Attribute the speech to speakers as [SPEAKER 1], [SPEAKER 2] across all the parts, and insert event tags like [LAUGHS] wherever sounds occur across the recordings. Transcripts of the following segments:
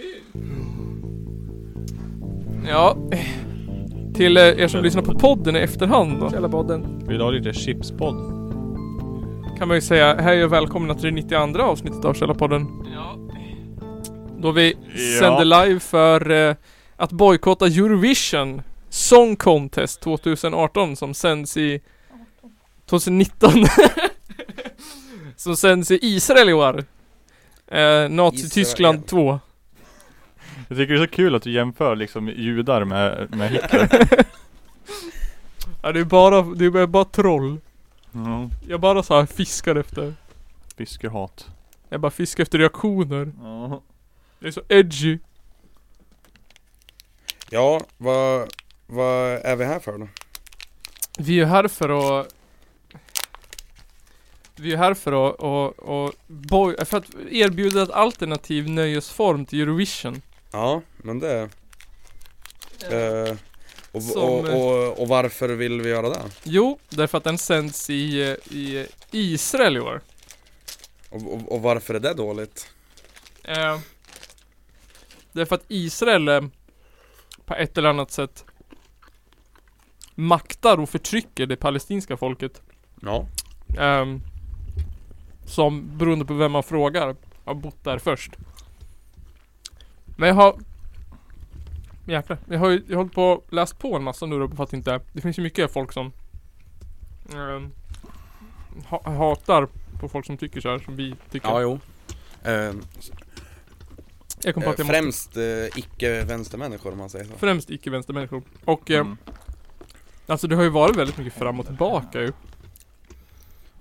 [SPEAKER 1] film. Ja. Till eh, er som lyssnar på podden i efterhand då. Källarpodden.
[SPEAKER 2] Vill du ha lite chipspodd?
[SPEAKER 1] Kan man ju säga, hej och välkomna till det 92 avsnittet av Källarpodden. Ja. Då vi
[SPEAKER 2] Ja.
[SPEAKER 1] sänder live för eh, att bojkotta Eurovision Song Contest 2018 som sänds i 2019 [LAUGHS] Som sänds i Israel i år eh, Nazi-Tyskland 2
[SPEAKER 2] Jag tycker det är så kul att du jämför liksom judar med, med
[SPEAKER 3] [LAUGHS]
[SPEAKER 2] Hitler.
[SPEAKER 1] Ja det är bara, det är bara troll
[SPEAKER 2] Mm.
[SPEAKER 1] Jag bara så här fiskar efter
[SPEAKER 2] Fiskehat.
[SPEAKER 1] Jag bara fiskar efter reaktioner
[SPEAKER 2] Ja.
[SPEAKER 1] Det är så edgy
[SPEAKER 3] Ja, vad, vad är vi här för då?
[SPEAKER 1] Vi är ju här för att Vi är ju här för att, och, och boy, för att erbjuda ett alternativ nöjesform till Eurovision
[SPEAKER 3] Ja, men det... Eh, och,
[SPEAKER 1] Som,
[SPEAKER 3] och, och, och varför vill vi göra det?
[SPEAKER 1] Jo, därför att den sänds i, eh, i eh, Israel i år.
[SPEAKER 3] Och, och, och varför är det dåligt?
[SPEAKER 1] Eh, därför att Israel eh, på ett eller annat sätt maktar och förtrycker det palestinska folket.
[SPEAKER 3] Ja.
[SPEAKER 1] ehm, som, beroende på vem man frågar, har bott där först. Men jag har Jäklar, jag har ju jag har hållit på och läst på en massa nu då för att inte Det finns ju mycket folk som ehm, ha, Hatar på folk som tycker så här som vi tycker
[SPEAKER 3] Ja, jo. Eh,
[SPEAKER 1] Jag kom på
[SPEAKER 3] eh,
[SPEAKER 1] att jag måste
[SPEAKER 3] främst eh, icke-vänstermänniskor om man säger så.
[SPEAKER 1] Främst icke-vänstermänniskor. Och eh,
[SPEAKER 2] Mm.
[SPEAKER 1] alltså det har ju varit väldigt mycket fram och tillbaka ju. Alltså,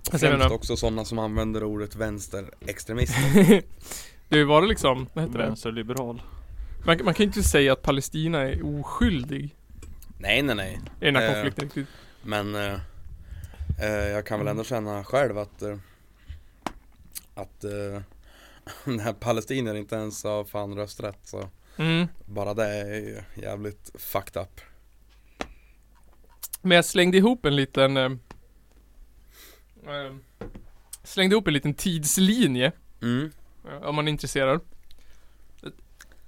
[SPEAKER 1] jag
[SPEAKER 3] Främst
[SPEAKER 1] menar,
[SPEAKER 3] också sådana som använder ordet vänsterextremist.
[SPEAKER 1] [LAUGHS] det har ju varit liksom, vad heter det?
[SPEAKER 2] Vänsterliberal.
[SPEAKER 1] Man, man kan ju inte säga att Palestina är oskyldig
[SPEAKER 3] nej, nej, nej.
[SPEAKER 1] i den här
[SPEAKER 3] Eh.
[SPEAKER 1] konflikten riktigt.
[SPEAKER 3] Men eh, eh, jag kan väl ändå känna själv att eh, att eh, [LAUGHS] när palestinier inte ens har fan rösträtt så
[SPEAKER 1] Mm.
[SPEAKER 3] bara det är ju jävligt fucked up.
[SPEAKER 1] Men jag slängde ihop en liten eh, eh, Slängde ihop en liten tidslinje
[SPEAKER 3] Mm.
[SPEAKER 1] eh, Om man är intresserad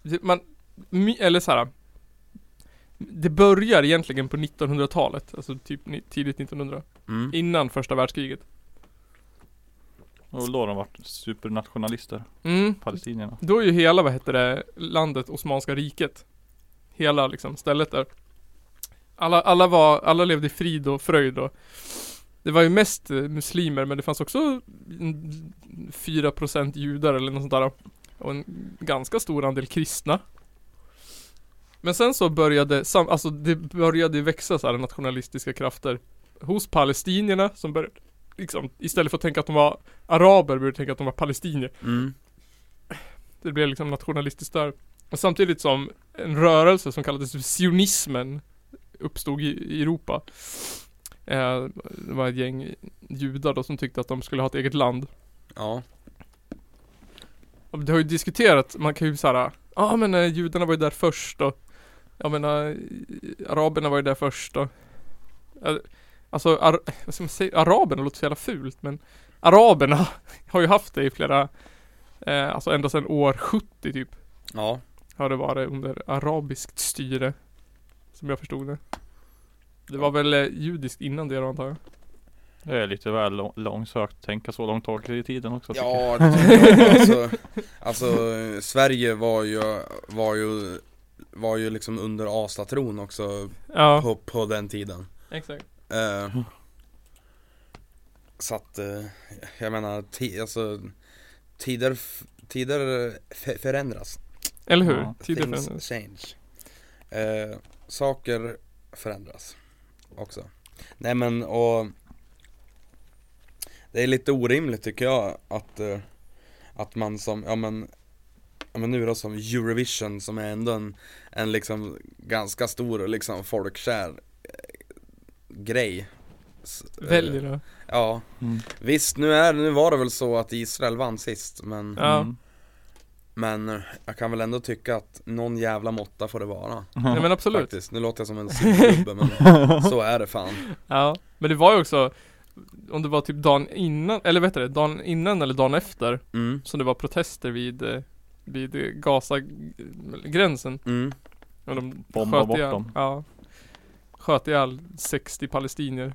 [SPEAKER 1] Det- Man, my- eller så här. Det börjar egentligen på 1900-talet, alltså typ ni- tidigt 1900
[SPEAKER 3] Mm.
[SPEAKER 1] Innan första världskriget.
[SPEAKER 2] Och då har de varit supernationalister.
[SPEAKER 1] Mm.
[SPEAKER 2] Palestinierna.
[SPEAKER 1] Då är ju hela, vad heter det, landet Osmanska riket. Hela liksom stället där. Alla, alla var, alla levde i frid och fröjd och det var ju mest eh, muslimer men det fanns också mm, 4% judar eller något sånt där. Och en ganska stor andel kristna. Men sen så började, sam- alltså det började växa så här nationalistiska krafter hos palestinierna som började, liksom istället för att tänka att de var araber började de tänka att de var palestinier.
[SPEAKER 3] Mm.
[SPEAKER 1] Det blev liksom nationalistiskt där. Och samtidigt som en rörelse som kallades sionismen uppstod i, i Europa. Eh, det var ett gäng judar då som tyckte att de skulle ha ett eget land.
[SPEAKER 3] Ja.
[SPEAKER 1] Och det har ju diskuterats, man kan ju såhär, ja ah, men eh, judarna var ju där först och jag menar, eh, araberna var ju där först och eh, Alltså, ar- vad ska man säga, araberna låter så jävla fult men Araberna [LAUGHS] har ju haft det i flera, eh, alltså ända sedan år 70 typ
[SPEAKER 3] Ja.
[SPEAKER 1] har det varit under arabiskt styre. Som jag förstod det. Det var väl eh, judiskt innan det då antar jag.
[SPEAKER 2] Det är lite väl lång- långsökt att tänka så långt tag i tiden också. tycker jag.
[SPEAKER 3] Ja, det tycker jag. alltså, alltså eh, Sverige var ju, var ju, var ju liksom under aslatron också
[SPEAKER 1] Ja,
[SPEAKER 3] på, på den tiden.
[SPEAKER 1] exakt.
[SPEAKER 3] Eh, så att, eh, jag menar, ti, alltså, tider, f- tider f- förändras.
[SPEAKER 1] Eller hur?
[SPEAKER 2] Ja,
[SPEAKER 1] Tider
[SPEAKER 3] Things
[SPEAKER 1] förändras.
[SPEAKER 3] change. Eh, saker förändras också. Nej men och det är lite orimligt tycker jag att, eh, att man som, ja men, ja men nu då som Eurovision som är ändå en, en liksom ganska stor liksom folkkär eh, grej. S- eh,
[SPEAKER 1] Väljer det.
[SPEAKER 3] Ja,
[SPEAKER 2] Mm.
[SPEAKER 3] visst nu, är, nu var det väl så att Israel vann sist men
[SPEAKER 1] Ja.
[SPEAKER 2] Mm.
[SPEAKER 3] men eh, jag kan väl ändå tycka att någon jävla måtta får det vara
[SPEAKER 1] Nej men absolut.
[SPEAKER 3] Faktiskt, nu låter jag som en supergubbe men så är det fan
[SPEAKER 1] Ja. Men det var ju också om det var typ dagen innan, eller vet du det, dagen innan eller dagen efter
[SPEAKER 3] mm.
[SPEAKER 1] som det var protester vid eh, vid Gaza-gränsen.
[SPEAKER 3] Mm.
[SPEAKER 1] Och de
[SPEAKER 2] Bomba
[SPEAKER 1] sköt
[SPEAKER 2] bort
[SPEAKER 1] ihjäl,
[SPEAKER 2] dem.
[SPEAKER 1] Ja. Sköt ihjäl 60 palestinier.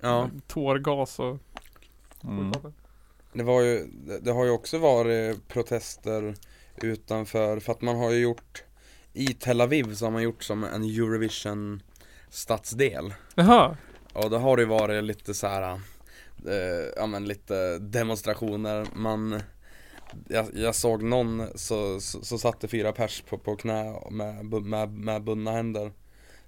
[SPEAKER 3] Ja,
[SPEAKER 1] Med Tårgas och
[SPEAKER 2] [LAUGHS] Mm.
[SPEAKER 3] det var ju, det det har ju också varit protester utanför, för att man har ju gjort I Tel Aviv så har man gjort som en Eurovision stadsdel
[SPEAKER 1] Jaha,
[SPEAKER 3] Och då har det ju varit lite så här eh, ja men lite demonstrationer, man jag, jag såg någon så, så, så satte fyra pers på, på knä med, bu- med, med bundna händer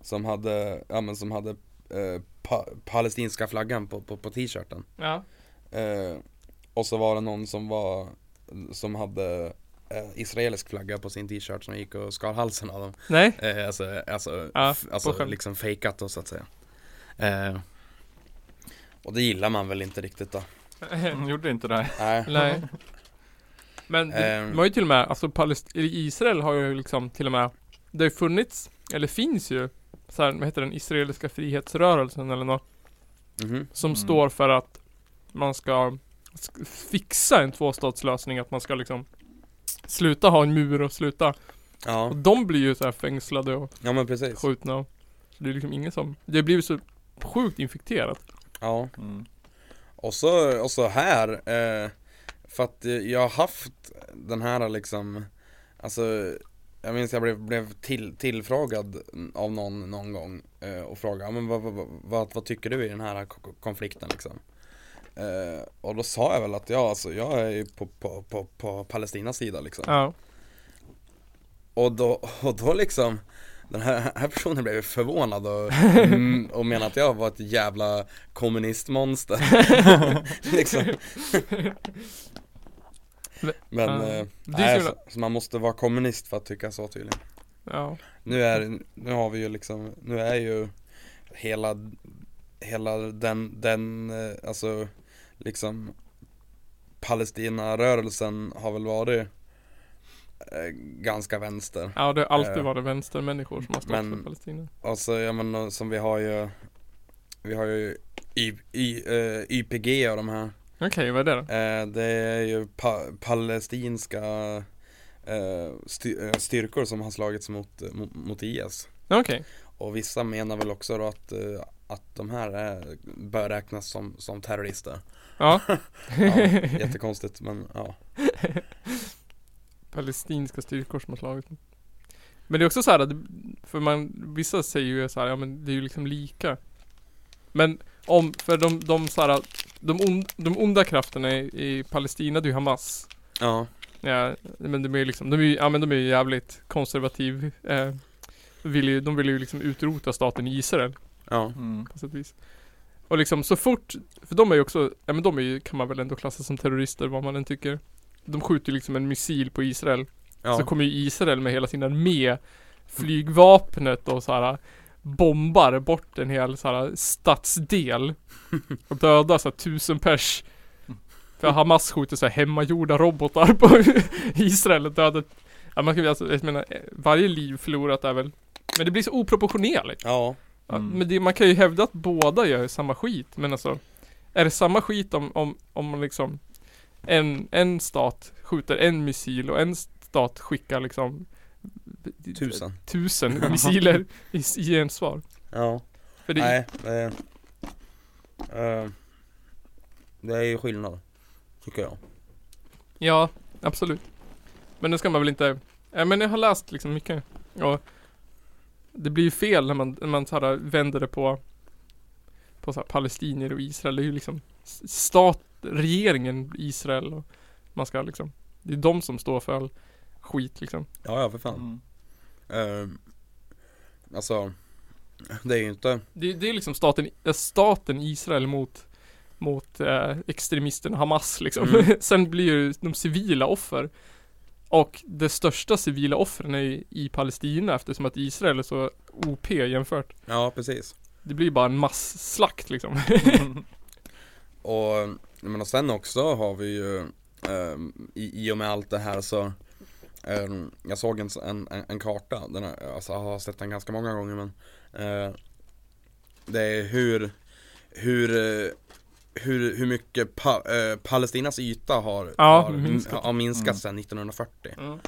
[SPEAKER 3] Som hade, ja men som hade eh, pa, palestinska flaggan på, på, på t-shirten
[SPEAKER 1] ja.
[SPEAKER 3] eh, Och så var det någon som var, som hade eh, israelisk flagga på sin t-shirt som gick och skar halsen av dem
[SPEAKER 1] Nej,
[SPEAKER 3] Eh, alltså alltså,
[SPEAKER 1] Ja,
[SPEAKER 3] f- alltså
[SPEAKER 1] skämt.
[SPEAKER 3] liksom fejkat då så att säga. Eh, och det gillar man väl inte riktigt då.
[SPEAKER 2] Mm, Gjorde inte det här.
[SPEAKER 3] Nej.
[SPEAKER 1] nej. Men det,
[SPEAKER 3] Ehm.
[SPEAKER 1] de har ju till och med, alltså Palest- Israel har ju liksom till och med Det har ju funnits, eller finns ju så här, vad heter den, Israeliska frihetsrörelsen eller något
[SPEAKER 3] Mhm.
[SPEAKER 1] Som
[SPEAKER 2] Mm.
[SPEAKER 1] står för att man ska sk- fixa en tvåstatslösning, att man ska liksom Sluta ha en mur och sluta
[SPEAKER 3] Ja.
[SPEAKER 1] Och de blir ju så här fängslade och
[SPEAKER 3] ja, men precis.
[SPEAKER 1] skjutna och Så det är liksom ingen som Det blir ju så sjukt infekterat
[SPEAKER 3] Ja.
[SPEAKER 2] Mm.
[SPEAKER 3] Och så, och så här, eh, för att eh, jag har haft den här liksom, alltså jag minns jag blev, blev till, tillfrågad av någon någon gång eh, och frågade, "Ja, men vad, vad, vad, vad tycker du i den här ko- ko- konflikten liksom? Eh, och då sa jag väl att ja, alltså, jag är ju på, på, på, på Palestinas sida liksom.
[SPEAKER 1] Ja,
[SPEAKER 3] Och då, och då liksom den här, den här personen blev ju
[SPEAKER 1] [LAUGHS]
[SPEAKER 3] förvånad och, mm, och menade att jag var ett jävla
[SPEAKER 1] [LAUGHS]
[SPEAKER 3] kommunistmonster liksom. Men,
[SPEAKER 1] Ja. Det är så
[SPEAKER 3] eh, nej,
[SPEAKER 1] jävla-
[SPEAKER 3] alltså, så man måste vara kommunist för att tycka så tydligen
[SPEAKER 1] ja,
[SPEAKER 3] Nu är, nu har vi ju liksom, nu är ju hela, hela den, den, eh, alltså liksom Palestinarörelsen har väl varit eh, ganska vänster
[SPEAKER 1] ja det har alltid
[SPEAKER 3] Eh.
[SPEAKER 1] varit vänstermänniskor som har stått
[SPEAKER 3] Men-
[SPEAKER 1] för Palestina
[SPEAKER 3] Alltså jag menar som vi har ju Vi har ju y, y, eh, YPG och de här
[SPEAKER 1] Okej, vad är det då?
[SPEAKER 3] eh, Det är ju pa, palestinska eh, sty, eh, styrkor som har slagits mot, eh, mot, mot IS
[SPEAKER 1] Okej,
[SPEAKER 3] Och vissa menar väl också då att, eh, att de här är, bör räknas som, som terrorister
[SPEAKER 1] ja
[SPEAKER 3] ja, Jättekonstigt men ja
[SPEAKER 1] palestinska styrkor som har slagit mot- Men det är också så här att, för man, vissa säger ju så här, ja men det är ju liksom lika Men om, för de, de så här, de, ond, de onda krafterna i, i Palestina, det är ju Hamas
[SPEAKER 3] Ja,
[SPEAKER 1] ja, Men de är ju liksom, de är ju, ja men de är ju jävligt konservativ eh, vill ju, De vill ju liksom utrota staten Israel
[SPEAKER 3] ja,
[SPEAKER 2] Mm.
[SPEAKER 1] på sätt och vis Och liksom så fort, för de är ju också, ja men de är ju, kan man väl ändå klassa som terrorister vad man än tycker De skjuter ju liksom en missil på Israel så
[SPEAKER 3] ja,
[SPEAKER 1] kommer ju Israel med hela sin armé Flygvapnet och så här Bombar bort en hel så här stadsdel Och dödar så här tusen pers För Hamas skjuter så här hemmagjorda robotar på [LAUGHS] Israel och dödar ja, man kan, ju alltså, Jag menar, eh, varje liv förlorat är väl Men det blir så oproportionerligt
[SPEAKER 3] ja,
[SPEAKER 1] ja,
[SPEAKER 2] Mm.
[SPEAKER 1] Men det, man kan ju hävda att båda gör samma skit Men alltså Är det samma skit om, om, om liksom en, en stat skjuter en missil och en stat skickar liksom
[SPEAKER 3] tusen [LAUGHS]
[SPEAKER 1] tusen missiler i, i gensvar.
[SPEAKER 3] Ja
[SPEAKER 1] För det,
[SPEAKER 3] Nej, det är, eh, det är ju skillnad, tycker jag.
[SPEAKER 1] Ja, absolut. Men det ska man väl inte, ja, men jag har läst liksom mycket och det blir ju fel när man, när man så här vänder det på på så här palestinier och Israel. Det är ju liksom s- stat, regeringen i Israel och man ska liksom, det är de som står för all skit liksom.
[SPEAKER 3] Ja, ja för fan.
[SPEAKER 2] Mm.
[SPEAKER 3] Eh, alltså, det är ju inte,
[SPEAKER 1] Det, det är liksom staten, eh, staten Israel mot mot eh, extremisterna Hamas liksom.
[SPEAKER 3] Mm.
[SPEAKER 1] [LAUGHS] Sen blir ju de civila offer. Och det största civila offren är ju i Palestina eftersom att Israel är så OP jämfört.
[SPEAKER 3] ja precis.
[SPEAKER 1] Det blir ju bara en masslakt liksom.
[SPEAKER 2] Mm.
[SPEAKER 3] Och, men och sen också har vi ju, eh, i, i och med allt det här så, eh, jag såg en, en, en- en karta, den har, alltså, jag har sett den ganska många gånger men, eh, det är hur, hur eh, hur, hur mycket pa, eh, Palestinas yta har,
[SPEAKER 1] Ja, mm-hmm.
[SPEAKER 3] har,
[SPEAKER 1] minskat.
[SPEAKER 3] har minskat
[SPEAKER 2] Mm.
[SPEAKER 3] sedan 1940
[SPEAKER 1] Mm.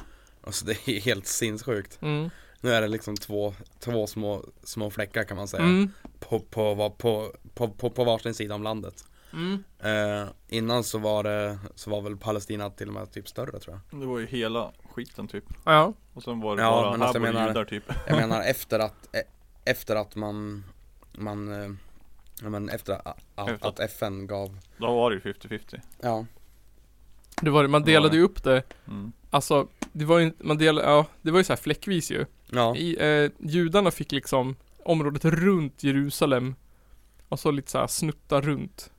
[SPEAKER 3] Alltså det är helt sinnessjukt.
[SPEAKER 1] Mm.
[SPEAKER 3] Nu är det liksom två, två små, små fläckar kan man säga.
[SPEAKER 1] Mm.
[SPEAKER 3] På, på, va- på, på, på, på varsin sida om landet.
[SPEAKER 1] Mm.
[SPEAKER 3] Eh, innan så var det, så var väl Palestina till och med typ större tror
[SPEAKER 2] [LAUGHS]
[SPEAKER 3] jag.
[SPEAKER 2] Det var ju hela skiten typ
[SPEAKER 1] Ja.
[SPEAKER 2] Och sen var det
[SPEAKER 3] Ja,
[SPEAKER 2] bara,
[SPEAKER 3] men
[SPEAKER 2] här
[SPEAKER 3] alltså,
[SPEAKER 2] bor
[SPEAKER 3] jag menar-
[SPEAKER 2] judar typ
[SPEAKER 3] Jag menar efter att, e- efter att man, man, eh, ja men efter a- a-
[SPEAKER 2] Efter.
[SPEAKER 3] att FN gav,
[SPEAKER 2] Då var det ju 50-50
[SPEAKER 3] ja,
[SPEAKER 1] Det var det, man
[SPEAKER 2] Det var
[SPEAKER 1] delade
[SPEAKER 2] det.
[SPEAKER 1] ju upp det.
[SPEAKER 2] mm.
[SPEAKER 1] Alltså, det var ju, man delade, ja, det var ju så här fläckvis ju.
[SPEAKER 3] ja,
[SPEAKER 1] I, eh, judarna fick liksom området runt Jerusalem och så lite så här snuttar runt.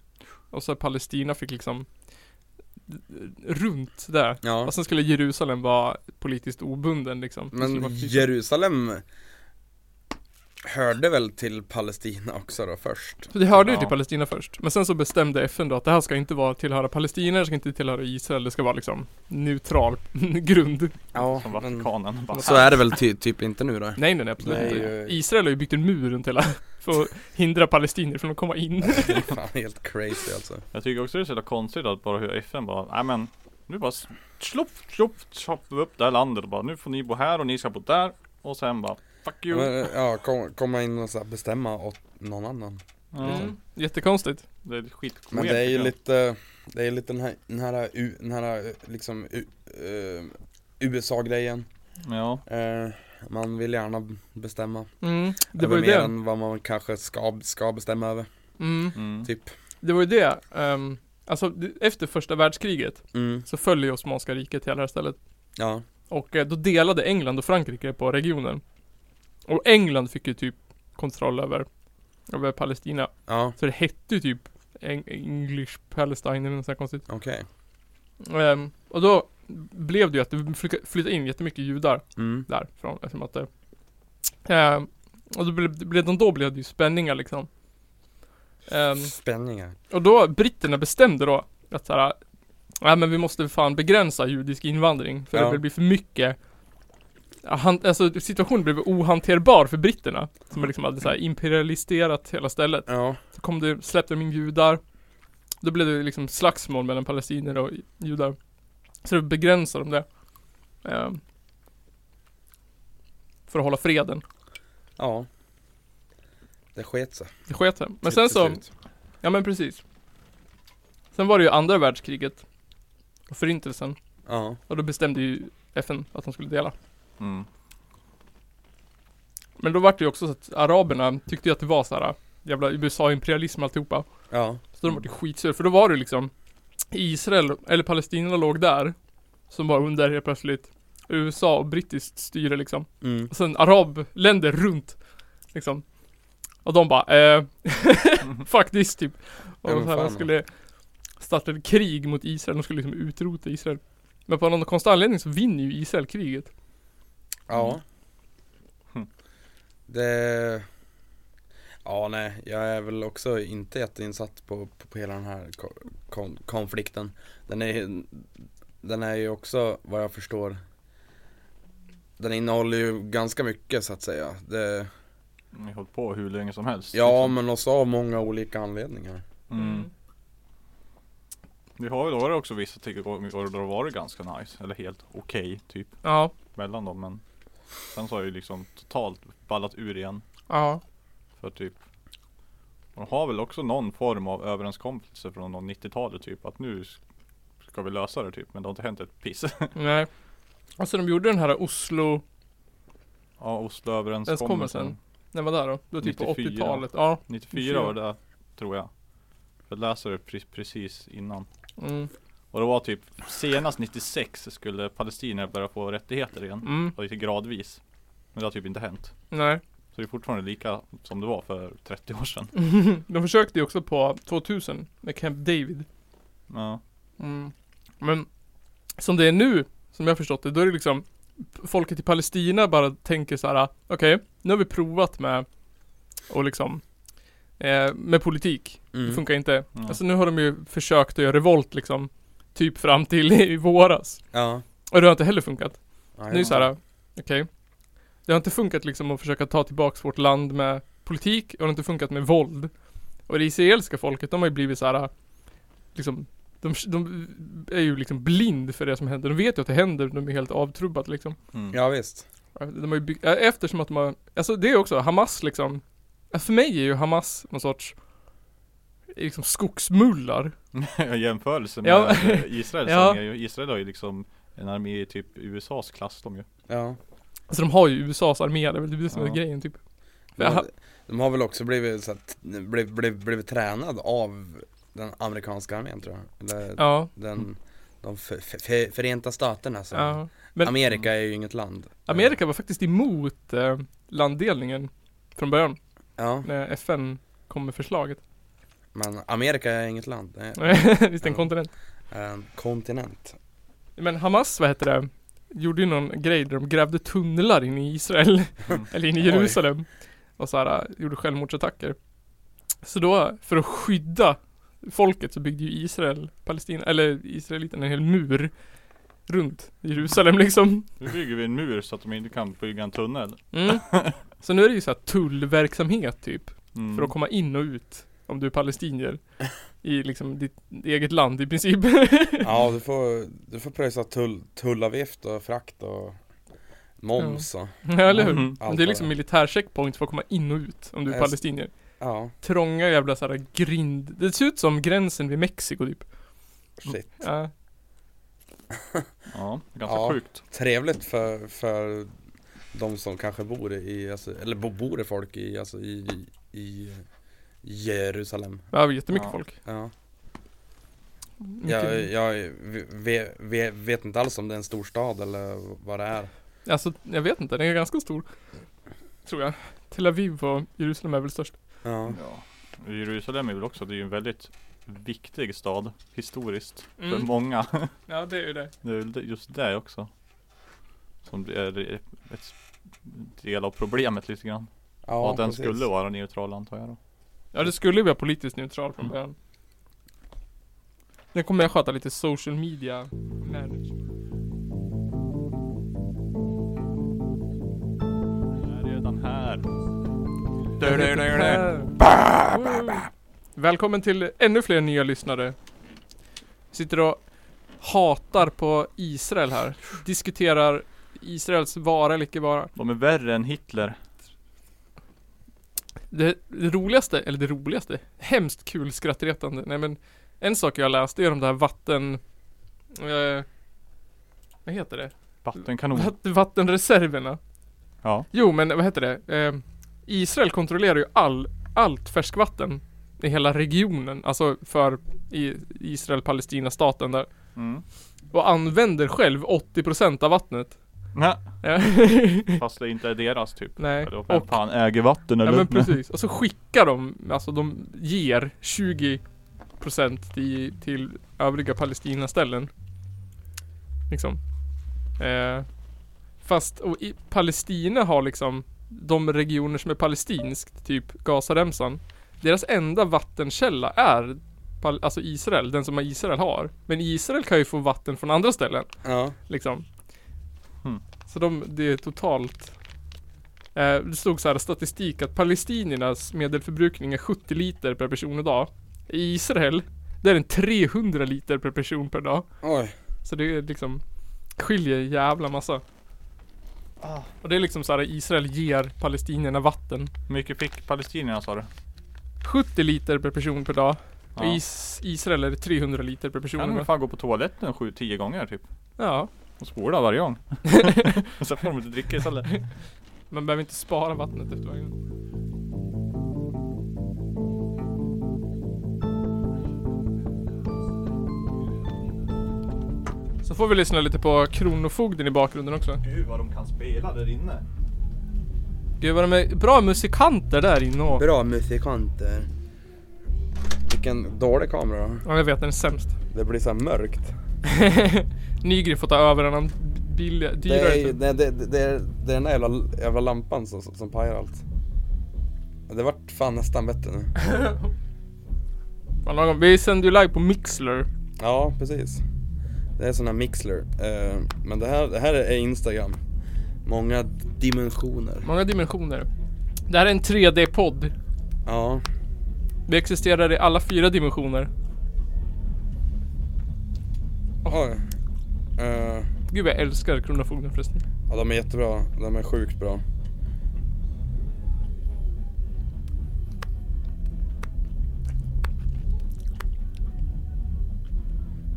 [SPEAKER 1] Och så Palestina fick liksom d- d- runt där.
[SPEAKER 3] ja.
[SPEAKER 1] Och sen skulle Jerusalem vara politiskt obunden liksom. Det skulle
[SPEAKER 3] Men
[SPEAKER 1] vara-
[SPEAKER 3] Jerusalem hörde väl till Palestina också då först?
[SPEAKER 1] Så det hörde ju till
[SPEAKER 2] Ja.
[SPEAKER 1] Palestina först. Men sen så bestämde FN då att det här ska inte vara tillhöra Palestina, det ska inte tillhöra Israel, det ska vara liksom neutral [LAUGHS] grund.
[SPEAKER 3] Ja,
[SPEAKER 2] Som
[SPEAKER 3] men
[SPEAKER 2] Vatikanen bara
[SPEAKER 3] så är det väl ty- typ inte nu då?
[SPEAKER 1] Nej nej nej, absolut
[SPEAKER 3] Nej,
[SPEAKER 1] inte.
[SPEAKER 3] eh.
[SPEAKER 1] Israel har ju byggt en mur runt hela, [LAUGHS] för att hindra palestinier från att komma in.
[SPEAKER 3] Det är fan helt crazy alltså
[SPEAKER 2] Jag tycker också det är så jävla konstigt att bara hur FN bara, nej men Nu bara slopp, slopp, choppar vi upp det här landet och bara nu får ni bo här och ni ska bo där Och sen bara fuck
[SPEAKER 3] Ja,
[SPEAKER 2] you
[SPEAKER 3] men, ja kom, komma in och så här bestämma åt någon annan
[SPEAKER 2] ja,
[SPEAKER 1] [LAUGHS] Mm. Jättekonstigt.
[SPEAKER 2] Det är skit
[SPEAKER 3] Men det är ju lite, det är lite den här, den här, u- den här eh, liksom u- eh, USA-grejen
[SPEAKER 2] Ja
[SPEAKER 3] Eh, Man vill gärna bestämma
[SPEAKER 1] Mm, det
[SPEAKER 3] över
[SPEAKER 1] var ju
[SPEAKER 3] mer
[SPEAKER 1] det.
[SPEAKER 3] än vad man kanske ska, ska bestämma över,
[SPEAKER 1] Mm,
[SPEAKER 2] mm.
[SPEAKER 3] typ
[SPEAKER 1] det var ju det. ehm, alltså det- efter första världskriget
[SPEAKER 3] mm,
[SPEAKER 1] så föll ju Osmanska riket hela det här stället.
[SPEAKER 3] ja,
[SPEAKER 1] Och eh, då delade England och Frankrike på regionen. Och England fick ju typ kontroll över, över Palestina.
[SPEAKER 3] ja,
[SPEAKER 1] Så det hette ju typ Eng- English Palestine eller något sånt här konstigt.
[SPEAKER 3] okej
[SPEAKER 1] Ehm, och då blev det ju att det flytt- flyttade in jättemycket judar
[SPEAKER 3] mm,
[SPEAKER 1] därifrån. Eftersom att det, ehm, och då blev, blev de då blev det ju spänningar liksom. Ehm,
[SPEAKER 3] Spänningar
[SPEAKER 1] och då, britterna bestämde då att såhär, nej men vi måste fan begränsa judisk invandring för
[SPEAKER 3] Ja.
[SPEAKER 1] det blir för mycket Ja, Han, alltså situationen blev ohanterbar för britterna Som liksom hade så här imperialiserat hela stället
[SPEAKER 3] Ja,
[SPEAKER 1] Så kom det, släppte de in judar Då blev det liksom slagsmål mellan palestinier och judar Så då begränsade de det Ehm, För att hålla freden
[SPEAKER 3] ja Det sket sig
[SPEAKER 1] Det sket sig Men
[SPEAKER 3] till-
[SPEAKER 1] sen
[SPEAKER 3] till
[SPEAKER 1] så
[SPEAKER 3] slut.
[SPEAKER 1] Ja men precis. Sen var det ju andra världskriget. Och förintelsen.
[SPEAKER 3] Ja,
[SPEAKER 1] Och då bestämde ju FN att de skulle dela.
[SPEAKER 2] Mm.
[SPEAKER 1] Men då var det ju också så att araberna tyckte ju att det var så här jävla USA-imperialism alltihopa.
[SPEAKER 3] ja,
[SPEAKER 1] Så de var ju skitsur. För då var det ju liksom Israel, eller Palestina låg där. Som var under helt plötsligt USA och brittiskt styre liksom.
[SPEAKER 3] mm,
[SPEAKER 1] Och sen arabländer runt. Liksom. Och de bara eh, [LAUGHS] Fuck this typ. Och
[SPEAKER 3] Ja, men
[SPEAKER 1] så här,
[SPEAKER 3] fan.
[SPEAKER 1] de skulle starta ett krig mot Israel. De skulle liksom utrota Israel. Men på någon konstig anledning så vinner ju Israel kriget.
[SPEAKER 3] ja Hm.
[SPEAKER 2] Mm.
[SPEAKER 3] Det Ja nej, jag är väl också inte jätteinsatt på, på, på hela den här ko- kon, konflikten Den är, den är ju också vad jag förstår Den innehåller ju ganska mycket så att säga det,
[SPEAKER 2] Ni har hållit på hur länge som helst
[SPEAKER 3] Ja
[SPEAKER 2] liksom.
[SPEAKER 3] men också av många olika anledningar
[SPEAKER 2] mm. Vi har ju då har det också vissa tillgångar och då har det varit ganska nice Eller helt okej typ
[SPEAKER 1] Ja.
[SPEAKER 2] mellan dem men Sen så har jag ju liksom totalt ballat ur igen
[SPEAKER 1] Ja.
[SPEAKER 2] För typ De har väl också någon form av överenskommelse från någon 90-talet typ att nu s- ska vi lösa det typ men det har inte hänt ett piss [LAUGHS]
[SPEAKER 1] Nej. Alltså de gjorde den här Oslo,
[SPEAKER 2] Ja Osloöverenskommelsen
[SPEAKER 1] Överenskommelsen. när var det då? Det var typ på
[SPEAKER 2] 94.
[SPEAKER 1] 80-talet. Ja.
[SPEAKER 2] 94 var det tror jag Jag läser det pre- precis innan
[SPEAKER 1] Mm.
[SPEAKER 2] Och det var typ senast 96 skulle palestinier börja få rättigheter igen
[SPEAKER 1] mm.
[SPEAKER 2] Och lite gradvis Men det har typ inte hänt
[SPEAKER 1] Nej.
[SPEAKER 2] Så det är fortfarande lika som det var för 30 år sedan
[SPEAKER 1] Mm. de försökte ju också på 2000 med Camp David.
[SPEAKER 2] Ja,
[SPEAKER 1] Mm. Men som det är nu, som jag har förstått det, då är det liksom p- Folket i Palestina bara tänker så här: okej, nu har vi provat med och liksom eh, med politik. Det funkar inte.
[SPEAKER 2] Ja.
[SPEAKER 1] Alltså nu har de ju försökt att göra revolt liksom typ fram till i våras.
[SPEAKER 3] Ja,
[SPEAKER 1] Och det har inte heller funkat.
[SPEAKER 3] ja
[SPEAKER 1] Nu är det så här, okej. Det har inte funkat liksom att försöka ta tillbaks vårt land med politik och det har inte funkat med våld. Och det israeliska folket, de har ju blivit så här liksom de, de är ju liksom blind för det som händer. De vet ju att det händer, de är helt avtrubbade liksom.
[SPEAKER 2] Mm.
[SPEAKER 3] Ja visst.
[SPEAKER 1] De har ju byggt, eh, eftersom att de har, alltså det är också Hamas liksom eh, För mig är ju Hamas någon sorts eh, Liksom skogsmullar
[SPEAKER 2] Ja, jämförelse med [LAUGHS]
[SPEAKER 1] Ja.
[SPEAKER 2] eh, Israel
[SPEAKER 1] [LAUGHS] Ja.
[SPEAKER 2] ja. ju, Israel har ju liksom en armé i typ USAs klass de ju
[SPEAKER 3] Ja.
[SPEAKER 1] Alltså de har ju USAs armé, det är väl det som är
[SPEAKER 2] Ja.
[SPEAKER 1] grejen typ
[SPEAKER 3] De
[SPEAKER 1] Ja.
[SPEAKER 3] har, de har väl också blivit, så att, bliv, bliv, blivit tränad av den amerikanska armén tror jag. Eller
[SPEAKER 1] Ja,
[SPEAKER 3] den, de för, för, för, Förenta Staterna. Så.
[SPEAKER 1] Mm. ja. Men-
[SPEAKER 3] Amerika är ju inget land.
[SPEAKER 1] Amerika var faktiskt emot eh, landdelningen Från början,
[SPEAKER 3] Ja,
[SPEAKER 1] när FN kom med förslaget [LAUGHS]
[SPEAKER 3] men Amerika är inget land. Det är
[SPEAKER 1] Visst en
[SPEAKER 3] Ja.
[SPEAKER 1] kontinent
[SPEAKER 3] en kontinent.
[SPEAKER 1] Men Hamas, vad heter det? Gjorde ju någon grej där de grävde tunnlar in i Israel [LAUGHS]
[SPEAKER 2] Mm.
[SPEAKER 1] Eller in i
[SPEAKER 3] Oj.
[SPEAKER 1] Jerusalem Och så här, äh, gjorde självmordsattacker Så då, för att skydda folket så byggde ju Israel, Palestina, eller Israeliterna en hel mur Runt Jerusalem liksom
[SPEAKER 2] [LAUGHS] Nu bygger vi en mur så att de inte kan bygga en tunnel
[SPEAKER 1] mm. Så nu är det ju så här tullverksamhet typ
[SPEAKER 2] mm.
[SPEAKER 1] För att komma in och ut Om du är palestinier
[SPEAKER 2] [LAUGHS]
[SPEAKER 1] I liksom ditt eget land i princip
[SPEAKER 3] Ja, du får, du får pröjsa tull, tullavgift och frakt och moms och,
[SPEAKER 1] [LAUGHS] Ja eller hur?
[SPEAKER 2] Mm.
[SPEAKER 1] Men Det är liksom militär checkpoint för att komma in och ut om du är
[SPEAKER 3] Yes.
[SPEAKER 1] palestinier
[SPEAKER 3] ja,
[SPEAKER 1] Trånga jävla så här grind Det ser ut som gränsen vid Mexiko typ
[SPEAKER 3] shit.
[SPEAKER 1] Ja
[SPEAKER 2] Ja, ganska
[SPEAKER 3] Ja.
[SPEAKER 2] sjukt
[SPEAKER 3] Trevligt för, för de som kanske bor i, alltså, eller bo- bor det folk i, alltså i, i Jerusalem.
[SPEAKER 1] Ja, det var jättemycket
[SPEAKER 2] Ja.
[SPEAKER 1] folk.
[SPEAKER 3] Ja, jag,
[SPEAKER 1] Mycket.
[SPEAKER 3] jag ve, ve, vet inte alls om det är en stor stad eller vad det är.
[SPEAKER 1] Alltså, jag vet inte, den är ganska stor. Tror jag. Tel Aviv och Jerusalem är väl störst.
[SPEAKER 3] Ja,
[SPEAKER 2] ja. Jerusalem är väl också, det är ju en väldigt viktig stad historiskt
[SPEAKER 1] Mm.
[SPEAKER 2] för många [LAUGHS]
[SPEAKER 1] Ja, det är ju det.
[SPEAKER 2] Det är väl det- just det också Som det är ett del av problemet lite grann
[SPEAKER 3] ja
[SPEAKER 2] Ja, den
[SPEAKER 3] precis.
[SPEAKER 2] skulle vara neutral antar jag då
[SPEAKER 1] Ja, det skulle ju vara politiskt neutral
[SPEAKER 2] Mm.
[SPEAKER 1] från början. Nu kommer jag sköta lite social media management.
[SPEAKER 2] Jag är redan här
[SPEAKER 1] Välkommen till ännu fler nya lyssnare. Sitter och hatar på Israel här. Diskuterar Israels vara eller icke vara.
[SPEAKER 2] De är värre än Hitler
[SPEAKER 1] Det, det roligaste, eller det roligaste, hemskt kul skrattretande. Nej men, en sak jag läste är de där vatten... Eh, vad heter det?
[SPEAKER 2] Vattenkanon
[SPEAKER 1] Vatt, vattenreserverna.
[SPEAKER 2] Ja
[SPEAKER 1] Jo men vad heter det? Eh, Israel kontrollerar ju all, allt färskvatten i hela regionen. Alltså för i Israel-Palestina-staten där.
[SPEAKER 2] mm.
[SPEAKER 1] Och använder själv 80% av vattnet.
[SPEAKER 2] Nej,
[SPEAKER 1] [LAUGHS] Ja.
[SPEAKER 2] fast det inte är deras typ
[SPEAKER 1] Nej.
[SPEAKER 2] Eller vem
[SPEAKER 1] Och
[SPEAKER 2] fan äger vatten
[SPEAKER 1] Ja
[SPEAKER 2] eller?
[SPEAKER 1] men precis, och så skickar de, alltså de ger 20% till, till övriga Palestinaställen. Liksom. Eh, fast, och i, Palestina har liksom de regioner som är palestinskt, typ Gazaremsan. Deras enda vattenkälla är pal- alltså Israel, den som Israel har. Men Israel kan ju få vatten från andra ställen.
[SPEAKER 3] Ja,
[SPEAKER 1] Liksom.
[SPEAKER 2] Hmm.
[SPEAKER 1] Så de, det är totalt eh, Det stod så här statistik att palestiniernas medelförbrukning är 70 liter per person och dag. I Israel, där är den 300 liter per person per dag.
[SPEAKER 3] oj.
[SPEAKER 1] Så det är liksom skiljer jävla massa.
[SPEAKER 2] Ah.
[SPEAKER 1] Och det är liksom så här Israel ger palestinierna vatten.
[SPEAKER 2] Hur mycket fick palestinierna sa du?
[SPEAKER 1] 70 liter per person per dag. Och
[SPEAKER 2] Ja.
[SPEAKER 1] is, Israel är det 300 liter per person.
[SPEAKER 2] Kan
[SPEAKER 1] och
[SPEAKER 2] de
[SPEAKER 1] dag.
[SPEAKER 2] fan gå på toaletten sju, tio gånger typ?
[SPEAKER 1] Ja,
[SPEAKER 2] Och spola
[SPEAKER 1] [LAUGHS]
[SPEAKER 2] varje gång Och sen får de inte dricka istället
[SPEAKER 1] man behöver inte spara vattnet efter varje gång. Så får vi lyssna lite på Kronofogden i bakgrunden också.
[SPEAKER 2] Gud vad de kan spela där inne
[SPEAKER 1] Gud vad de är bra musikanter där inne och...
[SPEAKER 3] Bra musikanter. Vilken dålig kamera då.
[SPEAKER 1] Ja, jag vet, den är sämst. [LAUGHS]
[SPEAKER 3] Det blir så här mörkt.
[SPEAKER 1] Nygren får ta över den, han billiga,
[SPEAKER 3] Det
[SPEAKER 1] dyrare.
[SPEAKER 3] är, ju-
[SPEAKER 1] typ.
[SPEAKER 3] nej, det, det, det är, det är den där jävla, jävla lampan som, som, som pajar allt. Det vart fan nästan bättre nu.
[SPEAKER 1] Fan, någon gång- Vi sänder ju live på Mixler.
[SPEAKER 3] Ja, precis. Det är sån här mixler. Eh, men det här, det här är Instagram. Många dimensioner.
[SPEAKER 1] Många dimensioner. Det här är en 3D-podd.
[SPEAKER 3] Ja,
[SPEAKER 1] Vi existerar i alla fyra dimensioner.
[SPEAKER 3] Oj. Eh,
[SPEAKER 1] Gud vad jag älskar Kronofogden [LAUGHS] förresten.
[SPEAKER 3] ja, de är jättebra. De är sjukt bra.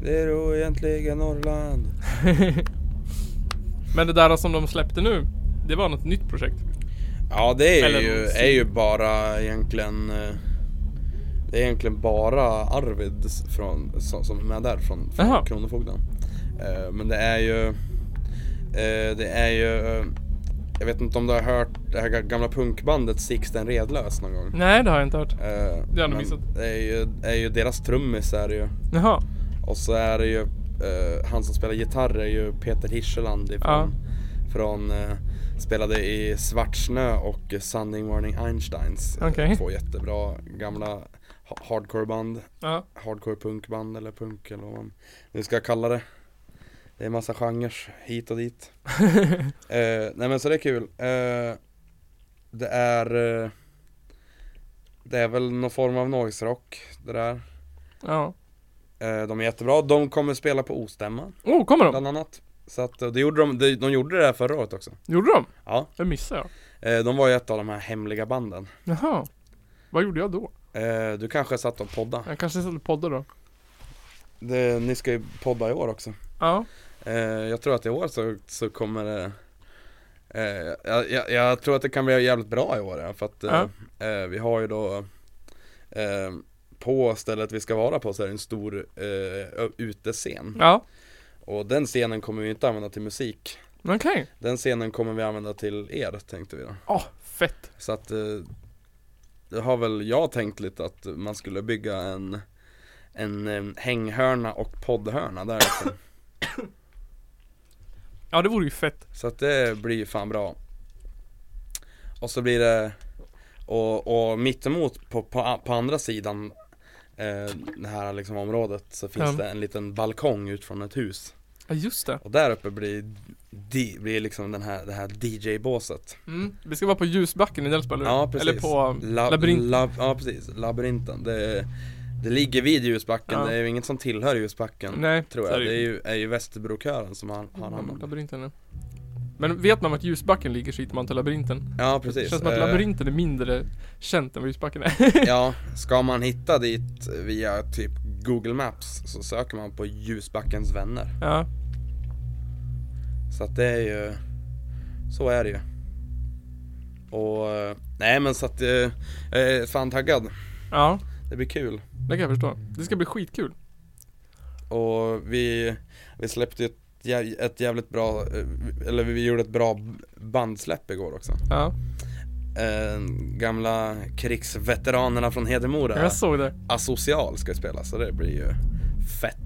[SPEAKER 3] Det är då egentligen Norrland.
[SPEAKER 1] Men det där som de släppte nu, det var något nytt projekt.
[SPEAKER 3] Ja det är
[SPEAKER 1] Eller
[SPEAKER 3] ju,
[SPEAKER 1] någon
[SPEAKER 3] är ju bara egentligen eh, Det är egentligen bara Arvid s- från, som, som är med där från,
[SPEAKER 1] Jaha.
[SPEAKER 3] från Kronofogden Eh, Men det är ju eh, Det är ju eh, Jag vet inte om du har hört det här ga- gamla punkbandet Sixten Redlös någon gång?
[SPEAKER 1] Nej, det har jag inte hört.
[SPEAKER 3] Eh,
[SPEAKER 1] Mm. Det har jag nog
[SPEAKER 3] men
[SPEAKER 1] missat.
[SPEAKER 3] Det är ju, är ju deras trummis är det ju
[SPEAKER 1] Jaha.
[SPEAKER 3] och så är det ju eh, Han som spelar gitarr är ju Peter Hirseland ifrån, från eh, Spelade i Svartsnö och Sunday Morning Einsteins eh,
[SPEAKER 1] Okej.
[SPEAKER 3] Två jättebra gamla ha- hardcoreband
[SPEAKER 1] Ja.
[SPEAKER 3] Hardcore punkband eller punk eller vad man nu ska kalla det Det är massa genrer hit och dit eh, Nej men så det är kul eh, Det är eh, Det är väl någon form av noise rock det där
[SPEAKER 1] Ja.
[SPEAKER 3] Eh, De är jättebra, de kommer spela på Ostämma
[SPEAKER 1] Oh, kommer de?
[SPEAKER 3] bland annat Så att eh, det gjorde de, de, de gjorde det här förra året också
[SPEAKER 1] Gjorde de?
[SPEAKER 3] Ja,
[SPEAKER 1] Det missade jag.
[SPEAKER 3] eh, de var ju ett av de här hemliga banden
[SPEAKER 1] Jaha. Vad gjorde jag då?
[SPEAKER 3] Eh, Du kanske satt och podda?
[SPEAKER 1] Jag kanske satt och poddade då.
[SPEAKER 3] Det, ni ska ju podda i år också
[SPEAKER 1] Ja.
[SPEAKER 3] Eh, Jag tror att i år så, så kommer det eh, jag, jag, jag tror att det kan bli jävligt bra i år ja, för att eh, eh, vi har ju då eh, På stället vi ska vara på så är det en stor eh, ö- utescen
[SPEAKER 1] Ja.
[SPEAKER 3] Och den scenen kommer vi inte använda till musik
[SPEAKER 1] Okej.
[SPEAKER 3] Den scenen kommer vi använda till er tänkte vi då
[SPEAKER 1] Åh, fett.
[SPEAKER 3] Så att eh, Det har väl jag tänkt lite att man skulle bygga en En eh, hänghörna och poddhörna där liksom.
[SPEAKER 1] Ja, det vore ju fett.
[SPEAKER 3] Så att det blir ju fan bra Och så blir det Och, och mittemot på, på, på andra sidan eh, Det här liksom området så finns
[SPEAKER 1] Ja.
[SPEAKER 3] det en liten balkong ut från ett hus
[SPEAKER 1] Ja, just det.
[SPEAKER 3] Och där uppe blir, di, blir liksom den här, det här DJ-båset
[SPEAKER 1] Mm. Vi ska vara på ljusbacken i Delsbo, eller hur?
[SPEAKER 3] Ja precis
[SPEAKER 1] Eller på
[SPEAKER 3] La-
[SPEAKER 1] labyrinten.
[SPEAKER 3] lab, Ja precis, labyrinten det, det ligger vid ljusbacken,
[SPEAKER 1] Ja.
[SPEAKER 3] det är ju inget som tillhör ljusbacken
[SPEAKER 1] Nej,
[SPEAKER 3] Tror
[SPEAKER 1] så
[SPEAKER 3] jag,
[SPEAKER 1] är
[SPEAKER 3] det är
[SPEAKER 1] ju.
[SPEAKER 3] ju, är ju Västerbrokören som har, har hand om det
[SPEAKER 1] Labyrinten, ja. Men vet man vart ljusbacken ligger så hittar man till labyrinten.
[SPEAKER 3] Ja
[SPEAKER 1] Det
[SPEAKER 3] precis
[SPEAKER 1] känns som att [LAUGHS]
[SPEAKER 3] Eh,
[SPEAKER 1] labyrinten är mindre känt än vad ljusbacken är.
[SPEAKER 3] Ja, ska man hitta dit via typ Google Maps så söker man på Ljusbackens vänner.
[SPEAKER 1] [LAUGHS] ja.
[SPEAKER 3] Så att det är ju, så är det ju. Och, eh, nej men så att eh, jag är fan taggad.
[SPEAKER 1] Ja.
[SPEAKER 3] Det blir kul.
[SPEAKER 1] Det kan jag förstå. Det ska bli skitkul.
[SPEAKER 3] Och vi, vi släppte ju ett, jä- ett jävligt bra, eh, eller vi gjorde ett bra bandsläpp igår också.
[SPEAKER 1] Ja.
[SPEAKER 3] Eh, gamla krigsveteranerna från Hedemora,
[SPEAKER 1] Jag såg det.
[SPEAKER 3] Asocial ska spela så det blir ju fett.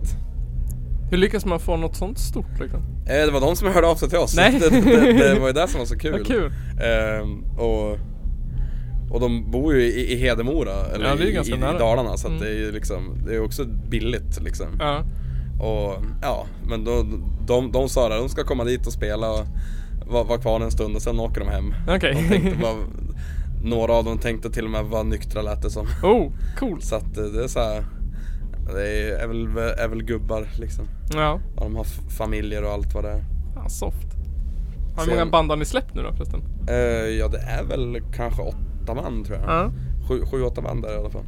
[SPEAKER 1] Hur lyckas man få något sånt stort liksom?
[SPEAKER 3] Eh, Det var de som hörde av sig till oss.
[SPEAKER 1] Nej.
[SPEAKER 3] Det, det, det var ju det som
[SPEAKER 1] [LAUGHS]
[SPEAKER 3] var så kul.
[SPEAKER 1] Vad kul.
[SPEAKER 3] Ehm, och, och de bor ju i, i Hedemora, eller
[SPEAKER 1] Ja, det är ju
[SPEAKER 3] i,
[SPEAKER 1] ganska
[SPEAKER 3] i
[SPEAKER 1] nära.
[SPEAKER 3] Dalarna så att
[SPEAKER 1] Mm.
[SPEAKER 3] det är ju liksom, det är också billigt liksom.
[SPEAKER 1] Ja.
[SPEAKER 3] Och ja, men då, de, de sa det, de ska komma dit och spela och vara vara kvar en stund och sen åker de hem.
[SPEAKER 1] Okej.
[SPEAKER 3] De tänkte bara, några av dem tänkte till och med vara nyktra lät det som.
[SPEAKER 1] Oh, cool.
[SPEAKER 3] Så att eh, det är så här, det är, är, väl, är väl gubbar liksom.
[SPEAKER 1] Ja.
[SPEAKER 3] Och de har f- familjer och allt vad det är.
[SPEAKER 1] Fan, soft. Har
[SPEAKER 3] Sen-
[SPEAKER 1] Hur många band har ni släppt nu då förresten?
[SPEAKER 3] Eh, ja det är väl kanske åtta man tror jag.
[SPEAKER 1] Ja.
[SPEAKER 3] Sju, sju, åtta man där i alla fall.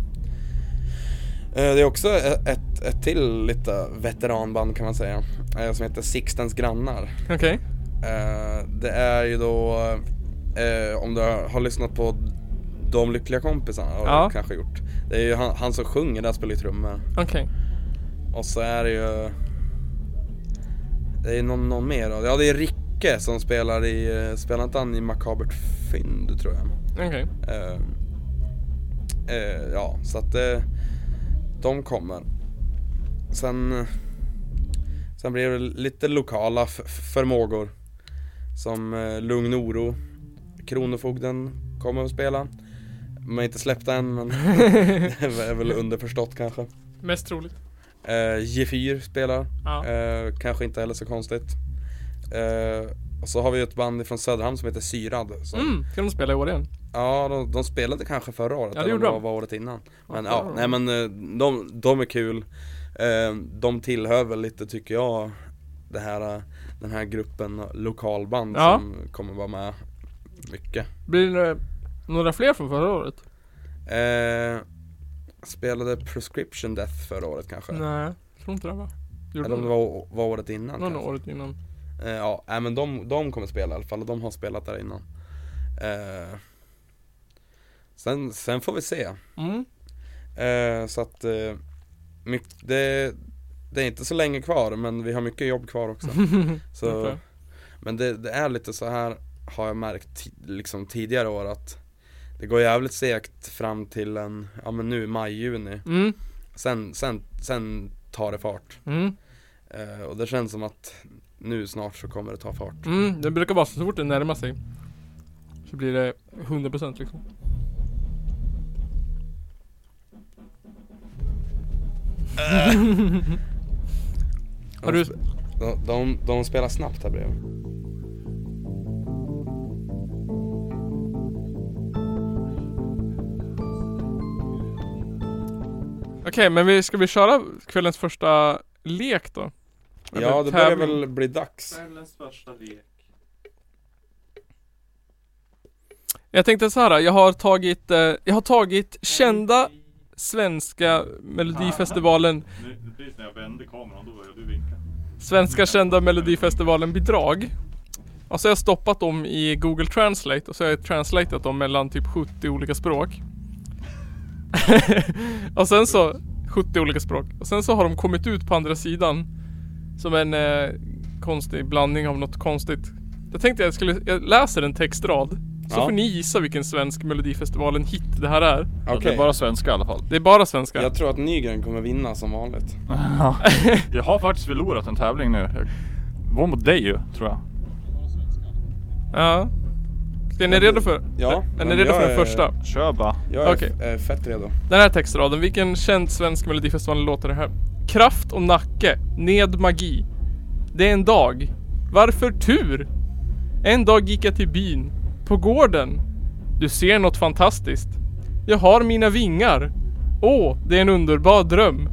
[SPEAKER 3] Eh, det är också ett, ett till lite veteranband kan man säga. eh, som heter Sixtens grannar.
[SPEAKER 1] Okej.
[SPEAKER 3] Eh, det är ju då, eh, om du har, har lyssnat på De lyckliga kompisarna, har
[SPEAKER 1] Ja.
[SPEAKER 3] du kanske gjort. Det är ju han, han som sjunger där spelar ju trummor.
[SPEAKER 1] Okej.
[SPEAKER 3] Och så är det ju Det är någon, någon mer då. Ja det är Ricke som spelar i, eh, spelar inte han i Makabert Fynd tror jag?
[SPEAKER 1] Okej.
[SPEAKER 3] Eh, eh, ja, så att eh, de kommer. Sen, sen blir det lite lokala f- f- förmågor. Som eh, Lugn Oro, Kronofogden kommer att spela. De har inte släppt än men det är väl underförstått kanske.
[SPEAKER 1] Mest troligt.
[SPEAKER 3] Eh, G4 spelar,
[SPEAKER 1] Ja.
[SPEAKER 3] eh, kanske inte heller så konstigt. Eh, och så har vi ett band från Söderhamn som heter Syrad. Som
[SPEAKER 1] Mm, ska de spela i år igen?
[SPEAKER 3] Ja, de, de spelade kanske förra året,
[SPEAKER 1] Ja, det
[SPEAKER 3] eller om
[SPEAKER 1] gjorde
[SPEAKER 3] var,
[SPEAKER 1] de.
[SPEAKER 3] var året innan. Men
[SPEAKER 1] Ja,
[SPEAKER 3] ja,
[SPEAKER 1] förra
[SPEAKER 3] nej men eh, de, de är kul. Eh, de tillhör väl lite tycker jag det här, eh, den här gruppen eh, lokalband
[SPEAKER 1] Ja.
[SPEAKER 3] som kommer vara med mycket.
[SPEAKER 1] Blir det några fler från förra året?
[SPEAKER 3] Eh, spelade Prescription Death förra året kanske?
[SPEAKER 1] Nej, jag tror inte det va? Gjorde
[SPEAKER 3] Eller om
[SPEAKER 1] de
[SPEAKER 3] det
[SPEAKER 1] det?
[SPEAKER 3] var, var året innan
[SPEAKER 1] Någon
[SPEAKER 3] kanske.
[SPEAKER 1] året innan.
[SPEAKER 3] Eh, ja, nej, men de, de kommer spela i alla fall och de har spelat där innan. Eh, sen, sen får vi se.
[SPEAKER 1] Mm.
[SPEAKER 3] Eh, så att eh, mycket, det, det är inte så länge kvar men vi har mycket jobb
[SPEAKER 1] [LAUGHS]
[SPEAKER 3] kvar också.
[SPEAKER 1] Jag tror
[SPEAKER 3] så,
[SPEAKER 1] jag.
[SPEAKER 3] men det, det är lite så här har jag märkt ti- liksom tidigare år att det går jävligt segt fram till en, ja men nu maj-juni.
[SPEAKER 1] Mm.
[SPEAKER 3] Sen, sen, sen tar det fart.
[SPEAKER 1] Mm.
[SPEAKER 3] Eh, och det känns som att nu snart så kommer det ta fart.
[SPEAKER 1] Mm. Det brukar vara så, så fort det närmar sig så blir det 100% liksom. Har du-
[SPEAKER 3] De, de, de, de spelar snabbt här bredvid.
[SPEAKER 1] Okej, men vi, ska vi köra kvällens första lek då?
[SPEAKER 3] Ja, det börjar väl bli dags.
[SPEAKER 2] Kvällens första lek.
[SPEAKER 1] Jag tänkte så här, jag har tagit, eh, jag har tagit kända svenska melodifestivalen,
[SPEAKER 2] Nu, precis när jag vände kameran då började du vinka.
[SPEAKER 1] svenska kända melodifestivalen bidrag. Och så har jag stoppat dem i Google Translate och så har jag translatat dem mellan typ 70 olika språk. [LAUGHS] och sen så, 70 olika språk. Och sen så har de kommit ut på andra sidan. Som en eh, konstig blandning av något konstigt. Jag tänkte jag skulle, jag läser en textrad. Så
[SPEAKER 3] Ja.
[SPEAKER 1] får ni gissa vilken svensk melodifestivalen-hit det här är.
[SPEAKER 3] Okej,
[SPEAKER 2] Det är bara svenska i alla fall.
[SPEAKER 1] Det är bara svenska.
[SPEAKER 3] jag tror att Nygren kommer vinna som vanligt.
[SPEAKER 2] jag har faktiskt förlorat en tävling nu. Jag var mot dig ju, tror jag.
[SPEAKER 1] [LAUGHS] Ja. Ska ni redo för?
[SPEAKER 3] Ja,
[SPEAKER 1] Är ni
[SPEAKER 3] men
[SPEAKER 1] redo för
[SPEAKER 3] jag
[SPEAKER 1] den
[SPEAKER 3] är-
[SPEAKER 1] första?
[SPEAKER 2] Kör bara.
[SPEAKER 3] Jag är
[SPEAKER 1] Okej.
[SPEAKER 3] f- eh, fett redo.
[SPEAKER 1] Den här textraden, vilken känd svensk melodifestival låter det här? Kraft och nacke, ned magi. Det är en dag. Varför tur? En dag gick jag till byn. På gården. Du ser något fantastiskt. Jag har mina vingar. Åh, det är en underbar dröm.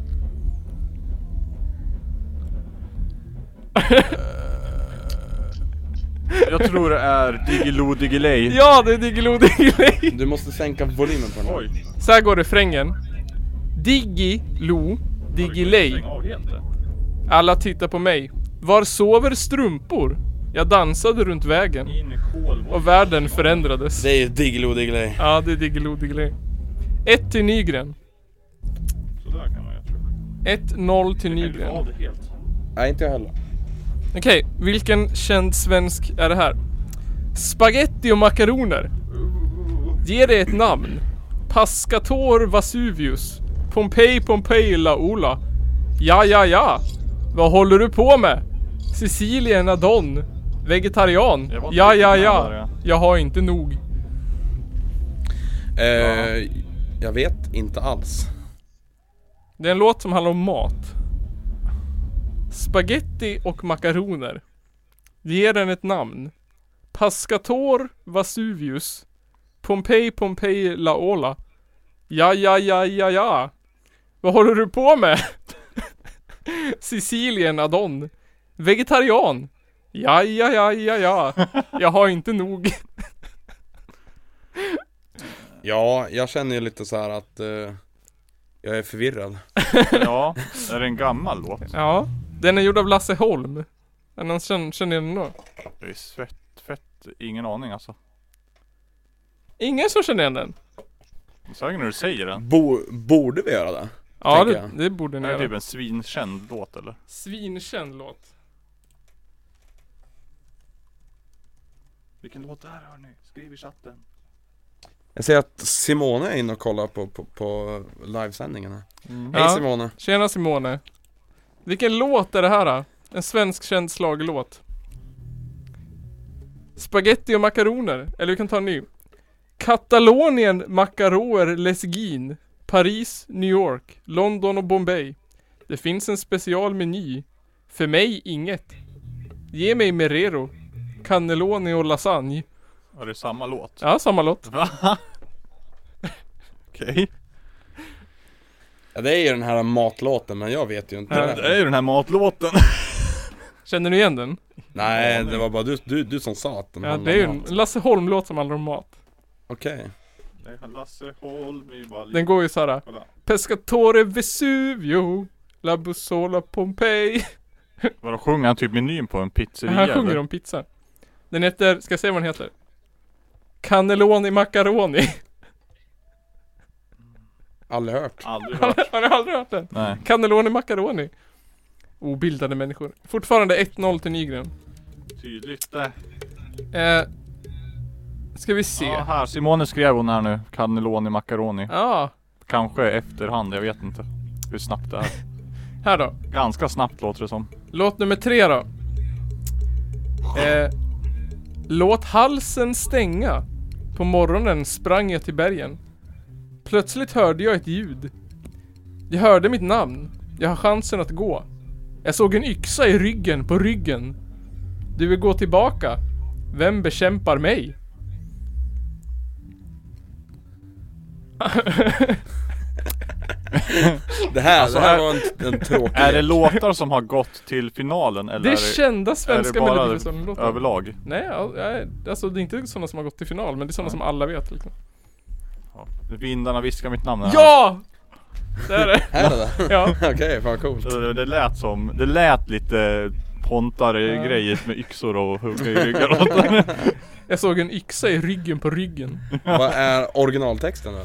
[SPEAKER 2] Jag tror det är Diggiloo Diggiley.
[SPEAKER 1] Ja, det är Diggiloo Diggiley.
[SPEAKER 3] Du måste sänka volymen på den här.
[SPEAKER 2] Oj.
[SPEAKER 1] Så här går refrängen. Diggi-lo, Diggiley.
[SPEAKER 2] Stäng av helt det.
[SPEAKER 1] Alla tittar på mig. Var sover strumpor? Jag dansade runt vägen
[SPEAKER 2] In i kolvård.
[SPEAKER 1] och världen förändrades.
[SPEAKER 3] Det är Diggiloo Diggiley.
[SPEAKER 1] Ja, det är Diggiloo Diggiley. 1 till Nygren.
[SPEAKER 2] Sådär kan man ju tro.
[SPEAKER 1] 1-0 till
[SPEAKER 2] Kan du ta
[SPEAKER 1] Nygren.
[SPEAKER 2] av det helt?
[SPEAKER 3] Nej, inte jag heller.
[SPEAKER 1] Okej, vilken känd svensk är det här? Spaghetti och makaroner. Ge det ett namn. Pascator Vasuvius. Pompeji Pompeji Laola. Ja, ja, ja. Vad håller du på med? Sicilien Adon. Vegetarian.
[SPEAKER 2] Jag var inte
[SPEAKER 1] Ja,
[SPEAKER 2] riktigt
[SPEAKER 1] ja,
[SPEAKER 2] med
[SPEAKER 1] ja.
[SPEAKER 2] där, ja.
[SPEAKER 1] Jag har inte nog.
[SPEAKER 3] Eh, Jag vet inte alls.
[SPEAKER 1] Det är en låt som handlar om mat. Spaghetti och makaroner. Ge den ett namn. Pascator Vasuvius. Pompeji Pompeji Laola. Ja, ja, ja, ja, ja. Vad håller du på med? [LAUGHS] Sicilien Adon. Vegetarian. Ja, ja, ja, ja, ja. Jag har inte nog.
[SPEAKER 3] Ja, jag känner ju lite så här att eh, jag är förvirrad.
[SPEAKER 2] Ja, är det en gammal låt?
[SPEAKER 1] Ja. Den är gjord av Lasse Holm. Men någon känner, känner den då?
[SPEAKER 2] Det är svett, fett, ingen aning alltså.
[SPEAKER 1] Ingen som känner igen den?
[SPEAKER 2] Särskilt när du säger den.
[SPEAKER 3] Bo- borde vi göra det?
[SPEAKER 1] Ja,
[SPEAKER 3] tänker
[SPEAKER 1] det,
[SPEAKER 3] jag.
[SPEAKER 1] det borde ni
[SPEAKER 2] Är det
[SPEAKER 1] göra.
[SPEAKER 2] typ en svinkänd låt eller?
[SPEAKER 1] Svinkänd låt.
[SPEAKER 2] Vilken låt det här hörni? Skriv i chatten.
[SPEAKER 3] Jag ser att Simone är inne och kollar på, på, på livesändningen här. Hej
[SPEAKER 1] Ja.
[SPEAKER 3] Simone.
[SPEAKER 1] Tjena Simone. Vilken låt är det här då? En svensk känd slaglåt. Spaghetti och makaroner. Eller vi kan ta en ny. Katalonien, makaroer, lesgin. Paris, New York, London och Bombay. Det finns en specialmeny. För mig inget. Ge mig Merero. Cannelloni och lasagne.
[SPEAKER 2] Var det samma låt? [LAUGHS]
[SPEAKER 1] Ja, samma låt.
[SPEAKER 2] Va? Okej.
[SPEAKER 3] Ja det är ju den här matlåten men jag vet ju inte
[SPEAKER 1] Ja,
[SPEAKER 3] det.
[SPEAKER 2] Det är ju den här matlåten.
[SPEAKER 1] Känner ni igen den?
[SPEAKER 3] Nej det var bara du, du, du som sa att den
[SPEAKER 1] Ja, det
[SPEAKER 3] handlar
[SPEAKER 1] är ju
[SPEAKER 3] om
[SPEAKER 1] en
[SPEAKER 3] mat.
[SPEAKER 1] Lasse Holm-låt som handlar om mat.
[SPEAKER 3] Okej
[SPEAKER 2] Lasse Holm i Valje.
[SPEAKER 1] Den går ju såhär
[SPEAKER 2] Kolla.
[SPEAKER 1] Pescatore Vesuvio La Bussola Pompeii
[SPEAKER 2] Vadå sjunger han typ menyn på en pizzeria
[SPEAKER 1] Han sjunger
[SPEAKER 2] eller?
[SPEAKER 1] om pizza Den heter, ska jag säga vad den heter? Cannelloni Macaroni
[SPEAKER 3] Aldrig hört
[SPEAKER 2] Aldrig hört.
[SPEAKER 1] [LAUGHS] Har ni aldrig hört den?
[SPEAKER 2] Nej.
[SPEAKER 1] Cannelloni Macaroni Obildade människor Fortfarande 1-0 till Nygren
[SPEAKER 2] Tydligt det.
[SPEAKER 1] eh, Ska vi se
[SPEAKER 2] Ja,
[SPEAKER 1] Ja,
[SPEAKER 2] här. Simone skrev hon här nu. Cannelloni macaroni.
[SPEAKER 1] ah,
[SPEAKER 2] Kanske efterhand, jag vet inte. Hur snabbt det är.
[SPEAKER 1] här då
[SPEAKER 2] Ganska snabbt låter det som.
[SPEAKER 1] Låt nummer tre då. Eh, Låt halsen stänga. På morgonen sprang jag till bergen. Plötsligt hörde jag ett ljud. Jag hörde mitt namn. Jag har chansen att gå. Jag såg en yxa i ryggen, på ryggen. Du vill gå tillbaka. Vem bekämpar mig?
[SPEAKER 3] Det här,
[SPEAKER 2] Alltså,
[SPEAKER 3] det här
[SPEAKER 2] är-
[SPEAKER 3] var en, en tråkig
[SPEAKER 2] Är det låtar som har gått till finalen eller?
[SPEAKER 1] Det är
[SPEAKER 2] är
[SPEAKER 1] kända svenska
[SPEAKER 2] bara det
[SPEAKER 1] melodifestivallåtar.
[SPEAKER 2] överlag?
[SPEAKER 1] Nej, ja, ja, alltså det är inte sådana som har gått till final, men det är sådana som alla vet liksom.
[SPEAKER 2] Ja. Vindarna viskar mitt namn. här.
[SPEAKER 1] Ja! Det är det.
[SPEAKER 3] Här är det? [LAUGHS]
[SPEAKER 1] Ja.
[SPEAKER 3] Okej, fan coolt
[SPEAKER 2] Det, det lät som, det lät lite pontare
[SPEAKER 1] Ja.
[SPEAKER 2] grejer med yxor och hugga i ryggar och sånt där.
[SPEAKER 1] Jag såg en yxa i ryggen på ryggen.
[SPEAKER 3] Vad är originaltexten då?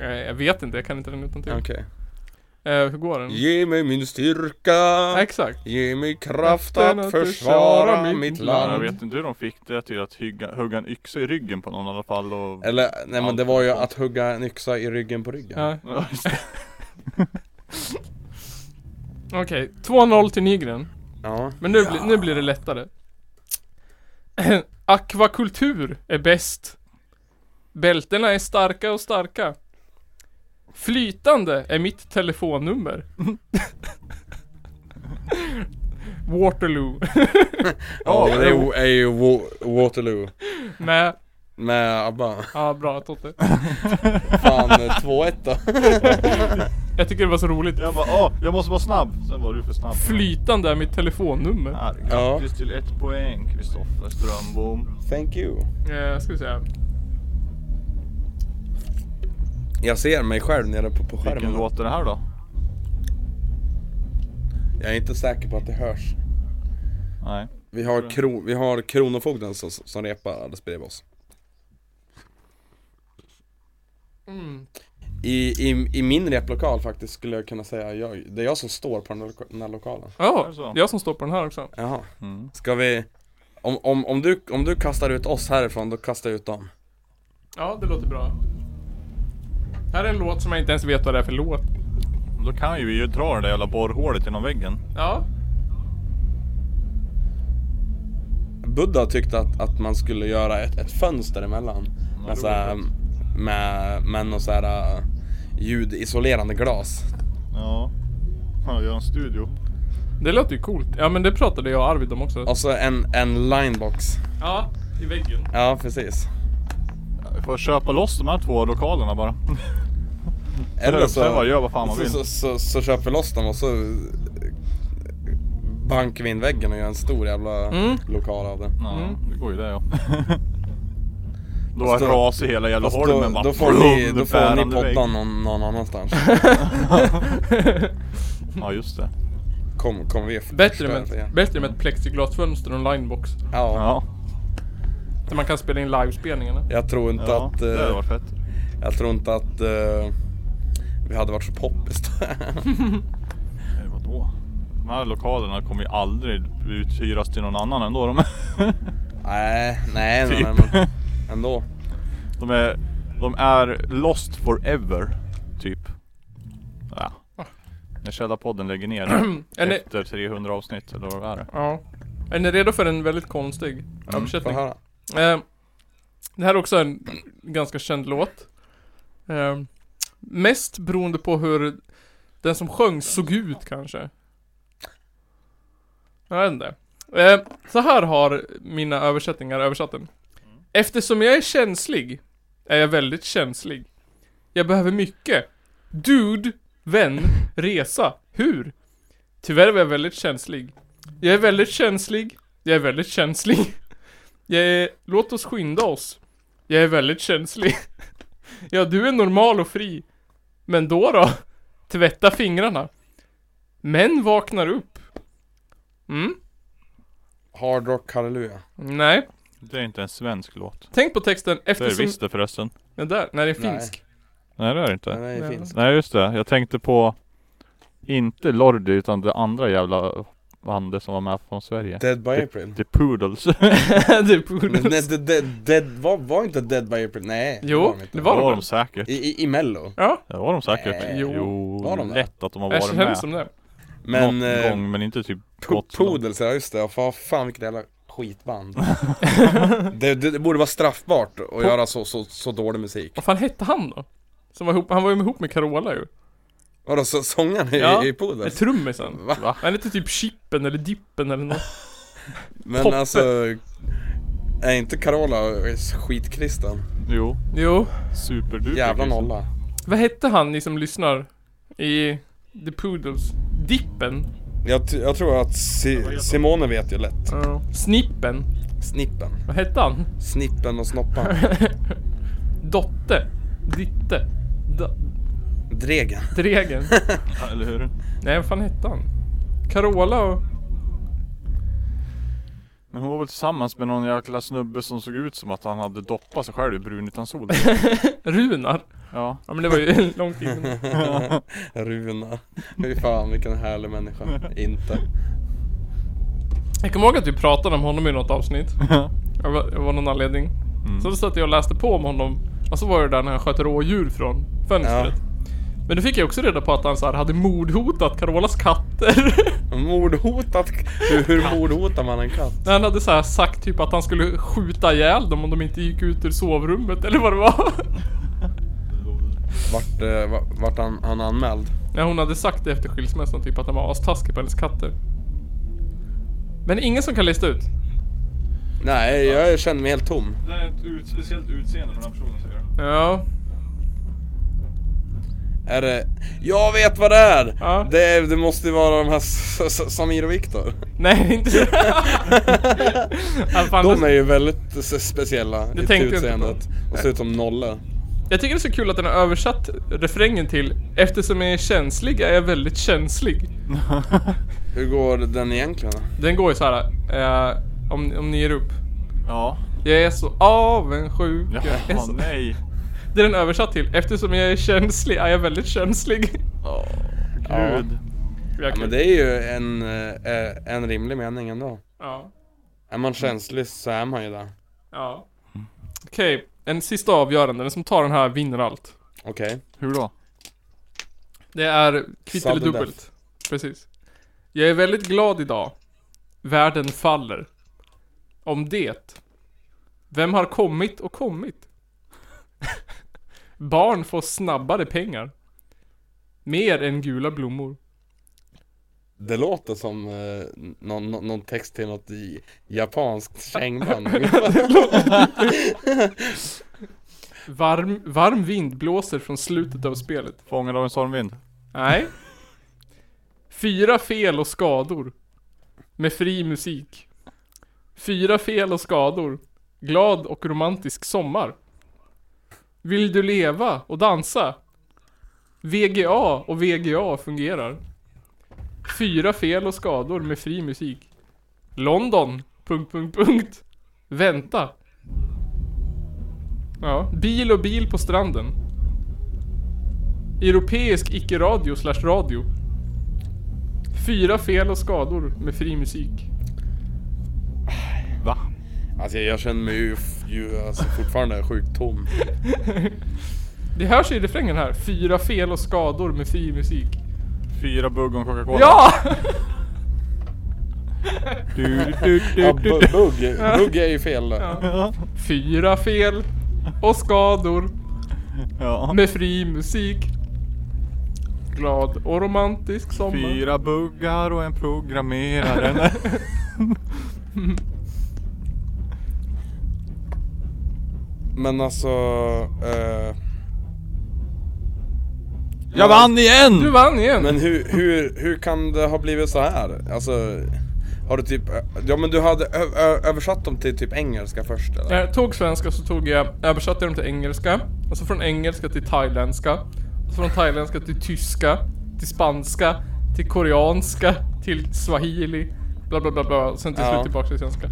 [SPEAKER 1] Eh, Jag vet inte, jag kan inte den utantill.
[SPEAKER 3] Okej
[SPEAKER 1] Eh, hur går den?
[SPEAKER 3] Ge mig min styrka
[SPEAKER 1] Ja, Exakt.
[SPEAKER 3] Ge mig kraft
[SPEAKER 1] Kraften
[SPEAKER 3] att
[SPEAKER 1] att
[SPEAKER 3] försvara
[SPEAKER 1] försvara
[SPEAKER 3] mitt
[SPEAKER 1] mitt
[SPEAKER 2] Men
[SPEAKER 3] land.
[SPEAKER 2] Jag vet inte hur de fick det till att hugga, hugga en yxa i ryggen på någon i alla fall och...
[SPEAKER 3] Eller, nej men det var ju att hugga en yxa i ryggen på ryggen
[SPEAKER 1] Ja.
[SPEAKER 2] Ja, just det.
[SPEAKER 1] Okej, 2-0 till Nygren.
[SPEAKER 3] Ja.
[SPEAKER 1] Men nu, blir- nu blir det lättare. [CLEARS THROAT] Akvakultur är bäst. Bältena är starka och starka. Flytande är mitt telefonnummer. [LAUGHS] Waterloo. [LAUGHS]
[SPEAKER 3] Ja,
[SPEAKER 2] Ja,
[SPEAKER 3] det är
[SPEAKER 2] jo.
[SPEAKER 3] ju- är ju Wa- Waterloo
[SPEAKER 1] Med,
[SPEAKER 3] Med ABBA
[SPEAKER 1] ja bra Totte.
[SPEAKER 2] [LAUGHS]
[SPEAKER 3] Fan, 2-1 då
[SPEAKER 1] Jag tycker det var så roligt.
[SPEAKER 2] Jag bara åh, jag måste vara snabb. Sen var du för snabb.
[SPEAKER 1] Flytande är mitt telefonnummer.
[SPEAKER 2] Här,
[SPEAKER 3] Ja.
[SPEAKER 2] grattis till ett poäng Kristoffer Strömbom.
[SPEAKER 3] Thank you
[SPEAKER 1] Eh, ska vi säga.
[SPEAKER 3] Jag ser mig själv nere på, på skärmen
[SPEAKER 2] Vilken låt är det här då?
[SPEAKER 3] Jag är inte säker på att det hörs
[SPEAKER 2] Nej.
[SPEAKER 3] Vi har, kro, vi har Kronofogden som, som repar alldeles bredvid oss
[SPEAKER 1] Mm.
[SPEAKER 3] I, i, I min replokal faktiskt skulle jag kunna säga, jag, det är jag som står på den här, loka- den här lokalen
[SPEAKER 1] Ja,
[SPEAKER 2] Är det så?
[SPEAKER 1] jag som står på den här också.
[SPEAKER 3] Jaha,
[SPEAKER 2] Mm.
[SPEAKER 3] ska vi om, om, om, du, om du kastar ut oss härifrån, då kastar jag ut dem
[SPEAKER 1] Ja, det låter bra. Här är en låt som jag inte ens vet vad det är för låt.
[SPEAKER 2] Då kan ju vi ju dra det där jävla borrhålet genom väggen.
[SPEAKER 1] Ja.
[SPEAKER 3] Buddha tyckte att, att man skulle göra ett, ett fönster emellan med, så här, med, med någon så här äh, ljudisolerande glas
[SPEAKER 2] Ja. Ja, gör en studio.
[SPEAKER 1] Det låter ju coolt. Ja, men det pratade jag och Arvid om också.
[SPEAKER 3] Och så en, en linebox
[SPEAKER 1] Ja, i väggen.
[SPEAKER 3] Ja, precis
[SPEAKER 2] Vi får köpa loss de här två lokalerna bara.
[SPEAKER 3] Eller
[SPEAKER 2] Sen bara
[SPEAKER 3] så,
[SPEAKER 2] gör vad fan man
[SPEAKER 3] så,
[SPEAKER 2] vill.
[SPEAKER 3] så, så, så köper vi loss dem och så eh, bankar vi in väggen och gör en stor jävla
[SPEAKER 1] Mm.
[SPEAKER 3] lokal av det
[SPEAKER 2] [LAUGHS] Ja,
[SPEAKER 1] Mm.
[SPEAKER 2] det går ju det ja. [LAUGHS] Då
[SPEAKER 3] Fast då-
[SPEAKER 2] ras i hela jävla
[SPEAKER 3] Fast
[SPEAKER 2] holmen
[SPEAKER 3] då,
[SPEAKER 2] bara.
[SPEAKER 3] då får ni, då får ni
[SPEAKER 2] bärande vägg.
[SPEAKER 3] podda någon,
[SPEAKER 1] [LAUGHS]
[SPEAKER 3] någon annanstans
[SPEAKER 2] Ja just det.
[SPEAKER 3] Kom, kommer vi
[SPEAKER 1] [LAUGHS]
[SPEAKER 3] att
[SPEAKER 1] Bättre
[SPEAKER 3] förstöra
[SPEAKER 1] med,
[SPEAKER 3] det igen.
[SPEAKER 1] bättre med ett plexiglasfönster och en linebox.
[SPEAKER 3] Ja,
[SPEAKER 2] Ja.
[SPEAKER 1] Där man kan spela in livespelningarna.
[SPEAKER 3] jag tror inte
[SPEAKER 2] ja
[SPEAKER 3] att,
[SPEAKER 2] det hade
[SPEAKER 3] eh,
[SPEAKER 2] varit fett.
[SPEAKER 3] jag tror inte att eh, vi hade varit så poppis
[SPEAKER 1] [LAUGHS]
[SPEAKER 3] då. [LAUGHS]
[SPEAKER 2] Eh, Vadå? De här lokalerna kommer ju aldrig uthyras till någon annan ändå. De,
[SPEAKER 3] [LAUGHS] Nej, nej, nej,
[SPEAKER 2] Typ.
[SPEAKER 3] nej men ändå
[SPEAKER 2] [LAUGHS] de, är, de är lost forever. Typ. Ja. När Källarpodden
[SPEAKER 1] [CLEARS THROAT]
[SPEAKER 2] lägger ner
[SPEAKER 1] Ah. Är ni-
[SPEAKER 2] efter 300 avsnitt eller vad är det?
[SPEAKER 1] Ja. Är ni redo för en väldigt konstig
[SPEAKER 3] Får
[SPEAKER 1] översättning?
[SPEAKER 3] höra.
[SPEAKER 1] Eh, det här är också en ganska känd låt. Eh, mest beroende på hur den som sjöng såg ut kanske. Jag vet inte. Eh, så här har mina översättningar översatt den. Eftersom jag är känslig, är jag väldigt känslig. Jag behöver mycket. Dude, Vän, resa. Hur? Tyvärr var jag väldigt känslig. Jag är väldigt känslig. Jag är väldigt känslig. Jag är... Låt oss skynda oss. Jag är väldigt känslig. [LAUGHS] Ja, du är normal och fri. Men då då? [LAUGHS] Tvätta fingrarna. Män vaknar upp. Mm?
[SPEAKER 3] Hard Rock Hallelujah.
[SPEAKER 1] Nej.
[SPEAKER 2] Det är inte en svensk låt.
[SPEAKER 1] Tänk på texten
[SPEAKER 2] Det är det
[SPEAKER 1] eftersom...
[SPEAKER 2] visst det förresten.
[SPEAKER 1] Ja, där. Nej, det är
[SPEAKER 3] Nej.
[SPEAKER 1] finsk. [LAUGHS]
[SPEAKER 2] Nej det är det inte.
[SPEAKER 3] Den är
[SPEAKER 1] Ja.
[SPEAKER 3] ju finsk.
[SPEAKER 2] Nej just det, jag tänkte på Inte Lordi utan det andra jävla bandet som var med från Sverige
[SPEAKER 3] Dead by April.
[SPEAKER 2] The Poodles
[SPEAKER 1] det är Polen.
[SPEAKER 3] Nej, det, det, dead, var, var inte Dead by April? Nej.
[SPEAKER 1] Jo,
[SPEAKER 3] de inte.
[SPEAKER 1] det
[SPEAKER 2] Var,
[SPEAKER 1] Var de
[SPEAKER 2] var
[SPEAKER 1] det?
[SPEAKER 2] de säkert?
[SPEAKER 3] I, i, i Mello.
[SPEAKER 1] Ja,
[SPEAKER 2] Det var de säkert
[SPEAKER 3] Nej.
[SPEAKER 1] Jo.
[SPEAKER 3] Var de det?
[SPEAKER 2] lätt att de har
[SPEAKER 1] jag
[SPEAKER 2] varit
[SPEAKER 1] känner
[SPEAKER 2] med
[SPEAKER 1] Äh, som det.
[SPEAKER 3] Men...
[SPEAKER 2] Någon
[SPEAKER 3] eh,
[SPEAKER 2] gång men inte typ
[SPEAKER 3] Po-
[SPEAKER 2] gott som-
[SPEAKER 3] Poodles, ja just det. Ja, fan, fan vilket jävla
[SPEAKER 2] [LAUGHS]
[SPEAKER 3] skitband. det, det, det borde vara straffbart att göra så, så, så dålig musik.
[SPEAKER 1] Vad fan hette han då? Som var ihop, han var ju ihop med Carola ju.
[SPEAKER 3] Vadå, så, sångaren i,
[SPEAKER 1] Ja.
[SPEAKER 3] i Poodles?
[SPEAKER 1] Trummisen.
[SPEAKER 3] Va?
[SPEAKER 1] Han hette typ Chippen eller Dippen eller något.
[SPEAKER 3] Men
[SPEAKER 1] Poppe.
[SPEAKER 3] alltså... Är inte Carola skitkristen?
[SPEAKER 2] Jo,
[SPEAKER 1] Jo.
[SPEAKER 2] superduper
[SPEAKER 3] Jävla
[SPEAKER 2] liksom.
[SPEAKER 3] nolla.
[SPEAKER 1] Vad hette han ni som lyssnar? I The Poodles? Dippen?
[SPEAKER 3] Jag, t- jag tror att Si- Simone vet ju lätt.
[SPEAKER 1] Ja. Snippen?
[SPEAKER 3] Snippen.
[SPEAKER 1] Vad hette han?
[SPEAKER 3] Snippen och snoppan.
[SPEAKER 1] [LAUGHS] Dotte? Ditte? Da,
[SPEAKER 3] Dregen. [LAUGHS]
[SPEAKER 1] Dregen?
[SPEAKER 2] Ja, Eller hur?
[SPEAKER 1] Nej vad fan hette han? Carola och...
[SPEAKER 2] Men hon var väl tillsammans med någon jäkla snubbe som såg ut som att han hade doppat sig själv i brun utan sol
[SPEAKER 1] Runar?
[SPEAKER 2] Ja [LAUGHS]
[SPEAKER 1] Ja men det var ju långt innan.
[SPEAKER 3] [LAUGHS] Runa. Fy fan vilken härlig människa. Inte.
[SPEAKER 1] Jag kommer ihåg att vi pratade om honom i något avsnitt. Av av någon anledning. Så då satt jag och läste på om honom. Och så var det där när han sköt rådjur från fönstret. Men då fick jag också reda på att han så här hade mordhotat Carolas katter. [LAUGHS]
[SPEAKER 3] Mordhotat. Hur, hur mordhotar man en katt?
[SPEAKER 1] När han hade så här sagt typ att han skulle skjuta ihjäl dem om de inte gick ut ur sovrummet eller vad det var.
[SPEAKER 3] Vart, eh, va- vart han, han anmäld?
[SPEAKER 1] När hon hade sagt det efter skilsmässan typ att han var astaskig på hennes katter. Men ingen som kan lista ut.
[SPEAKER 3] Nej, jag känner mig helt tom.
[SPEAKER 2] Det är ett speciellt utseende på den personen som gör
[SPEAKER 1] Ja.
[SPEAKER 3] Är det... Jag vet vad det är!
[SPEAKER 1] Ja.
[SPEAKER 3] Det, är- det måste ju vara de här s- s- Samir och
[SPEAKER 1] [LAUGHS]
[SPEAKER 3] Viktor.
[SPEAKER 1] Nej, inte så. Ja, Alltså, fan,
[SPEAKER 3] De
[SPEAKER 1] det-
[SPEAKER 3] är ju väldigt s- speciella i
[SPEAKER 1] tänkte jag inte
[SPEAKER 3] utseendet. Och ser ut som nollor.
[SPEAKER 1] Jag tycker det är så kul att den har översatt refrängen till Eftersom jag är känslig är jag väldigt känslig.
[SPEAKER 3] Hur går den egentligen?
[SPEAKER 1] Den går ju så här. Eh, om, om ni ger upp.
[SPEAKER 2] [LAUGHS] Ja
[SPEAKER 1] Jag är så avundsjuk. jag är
[SPEAKER 2] Jaha,
[SPEAKER 1] så...
[SPEAKER 2] nej
[SPEAKER 1] Det är den översatt till. Eftersom jag är känslig är jag väldigt känslig.
[SPEAKER 2] Åh,
[SPEAKER 3] Ja.
[SPEAKER 2] Gud
[SPEAKER 1] Ja,
[SPEAKER 3] Ja, men det är ju en, eh, en rimlig mening ändå.
[SPEAKER 1] ja.
[SPEAKER 3] Är man känslig så är man ju det.
[SPEAKER 1] ja. Okej, en sista avgörande. Den som tar den här vinner allt.
[SPEAKER 3] Okej.
[SPEAKER 2] Hur då?
[SPEAKER 1] Det är kvitt eller
[SPEAKER 3] Sudden
[SPEAKER 1] dubbelt. Precis. Jag är väldigt glad idag. Världen faller. Om det. Vem har kommit och kommit? [LAUGHS] Barn får snabbare pengar. Mer än gula blommor.
[SPEAKER 3] Det låter som eh, någon, någon någon text till något i japanskt
[SPEAKER 2] [LAUGHS]
[SPEAKER 3] kängband. Okej.
[SPEAKER 1] Varm, varm vind blåser från slutet av spelet.
[SPEAKER 2] Fångad av en stormvind?
[SPEAKER 1] Nej. Fyra fel och skador. Med fri musik. Fyra fel och skador. Glad och romantisk sommar. Vill du leva och dansa? VGA och VGA fungerar. Fyra fel och skador med fri musik. London... Punkt, punkt, punkt. Vänta. Ja. Bil och bil på stranden. Europeisk icke-radio slash radio. Fyra fel och skador med fri
[SPEAKER 2] [LAUGHS]
[SPEAKER 1] musik.
[SPEAKER 2] Va?
[SPEAKER 3] Alltså jag, jag känner mig ju, ju alltså, fortfarande sjukt tom.
[SPEAKER 1] Det hörs i refrängen här. Fyra fel och skador med fri musik.
[SPEAKER 2] Fyra bugg och en Coca-Cola?
[SPEAKER 1] [LAUGHS] Ja!
[SPEAKER 2] Du,
[SPEAKER 1] [LAUGHS]
[SPEAKER 2] du,
[SPEAKER 3] Ja,
[SPEAKER 2] du, du,
[SPEAKER 3] bu-
[SPEAKER 2] du.
[SPEAKER 3] bugg, bugg är ju fel då.
[SPEAKER 1] Fyra fel och skador
[SPEAKER 2] Ja.
[SPEAKER 1] med fri musik. Glad och romantisk sommar.
[SPEAKER 2] Fyra buggar och en programmerare.
[SPEAKER 3] Men alltså... Eh,
[SPEAKER 2] Jag vann igen!
[SPEAKER 1] Du vann igen!
[SPEAKER 3] Men hur, hur, hur kan det ha blivit så här? Alltså, har du typ, ja men du hade ö- ö- översatt dem till typ engelska först eller?
[SPEAKER 1] Jag Eh, tog svenska så tog jag, översatte dem till engelska. Och så från engelska till thailändska. Och så från thailändska till tyska. Till spanska. Till koreanska. Till swahili. Bla bla bla bla. Sen till
[SPEAKER 3] Ja.
[SPEAKER 1] slut tillbaka till svenska.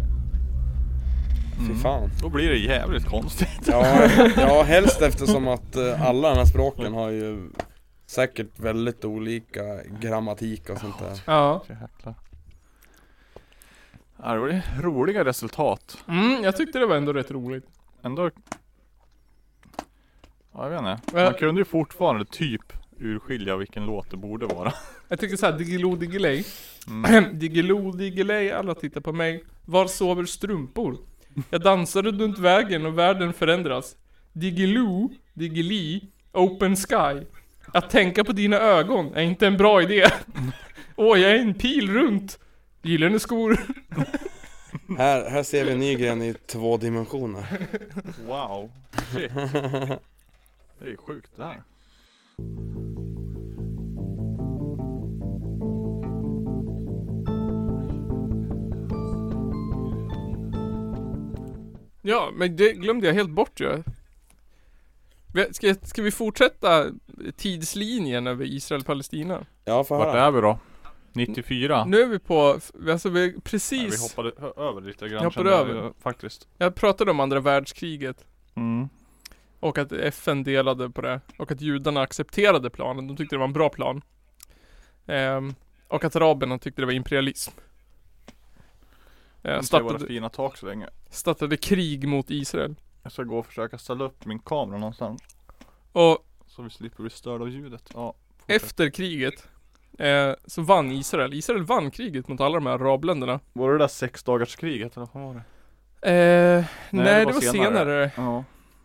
[SPEAKER 3] Fy fan.
[SPEAKER 2] Mm. Då blir det jävligt konstigt.
[SPEAKER 3] Ja, ja, helst eftersom att eh, alla de här språken har ju säkert väldigt olika grammatik och sånt där.
[SPEAKER 1] Ja.
[SPEAKER 2] [LAUGHS] Jäklar. Ja, det var ju roliga resultat.
[SPEAKER 1] Mm, jag tyckte det var ändå rätt roligt.
[SPEAKER 2] Ändå... Ja, jag vet inte.
[SPEAKER 1] Ja.
[SPEAKER 2] Man kunde ju fortfarande typ urskilja vilken låt det borde
[SPEAKER 3] [LAUGHS]
[SPEAKER 2] vara. Mm.
[SPEAKER 1] Jag tycker såhär, Diggiloo Diggiley. Diggiloo Diggiley, alla tittar på mig. Var sover strumpor? Jag dansade runt vägen och världen förändras. Diggiloo, Diggili, Open Sky. Att tänka på dina ögon är inte en bra [LAUGHS] idé. Åh, jag är en pil runt. Gyllene skor.
[SPEAKER 3] Här, här ser vi Nygren i två dimensioner.
[SPEAKER 2] Wow.
[SPEAKER 3] [LAUGHS]
[SPEAKER 2] Shit. Det är ju sjukt det här.
[SPEAKER 1] Ja, men det glömde jag helt bort ju. Vi- Ska, ska vi fortsätta tidslinjen över Israel-Palestina?
[SPEAKER 3] Ja, får
[SPEAKER 2] Vart
[SPEAKER 3] höra.
[SPEAKER 2] är vi då? 94?
[SPEAKER 1] Nu är vi på, alltså vi är
[SPEAKER 2] Nej, vi
[SPEAKER 1] precis
[SPEAKER 2] hoppade ö- över lite grann
[SPEAKER 1] Jag hoppade
[SPEAKER 2] kände jag,
[SPEAKER 1] över.
[SPEAKER 2] Faktiskt.
[SPEAKER 1] Jag pratade om andra världskriget
[SPEAKER 2] Mm.
[SPEAKER 1] och att FN delade på det och att judarna accepterade planen. De tyckte det var en bra plan. Ehm, och att araberna tyckte det var imperialism. Eh,
[SPEAKER 2] Jag ska våra
[SPEAKER 1] startade,
[SPEAKER 2] fina tak så länge.
[SPEAKER 1] startade krig mot Israel.
[SPEAKER 2] Jag ska gå och försöka ställa upp min kamera någonstans.
[SPEAKER 1] Och
[SPEAKER 2] Så vi slipper bli störda av ljudet. Ja, fortsätt.
[SPEAKER 1] efter kriget eh, så vann Israel. Israel vann kriget mot alla de här arabländerna.
[SPEAKER 2] Var det där sexdagarskriget eller vad var det?
[SPEAKER 1] Eh, nej, det var, senare.
[SPEAKER 2] Ja.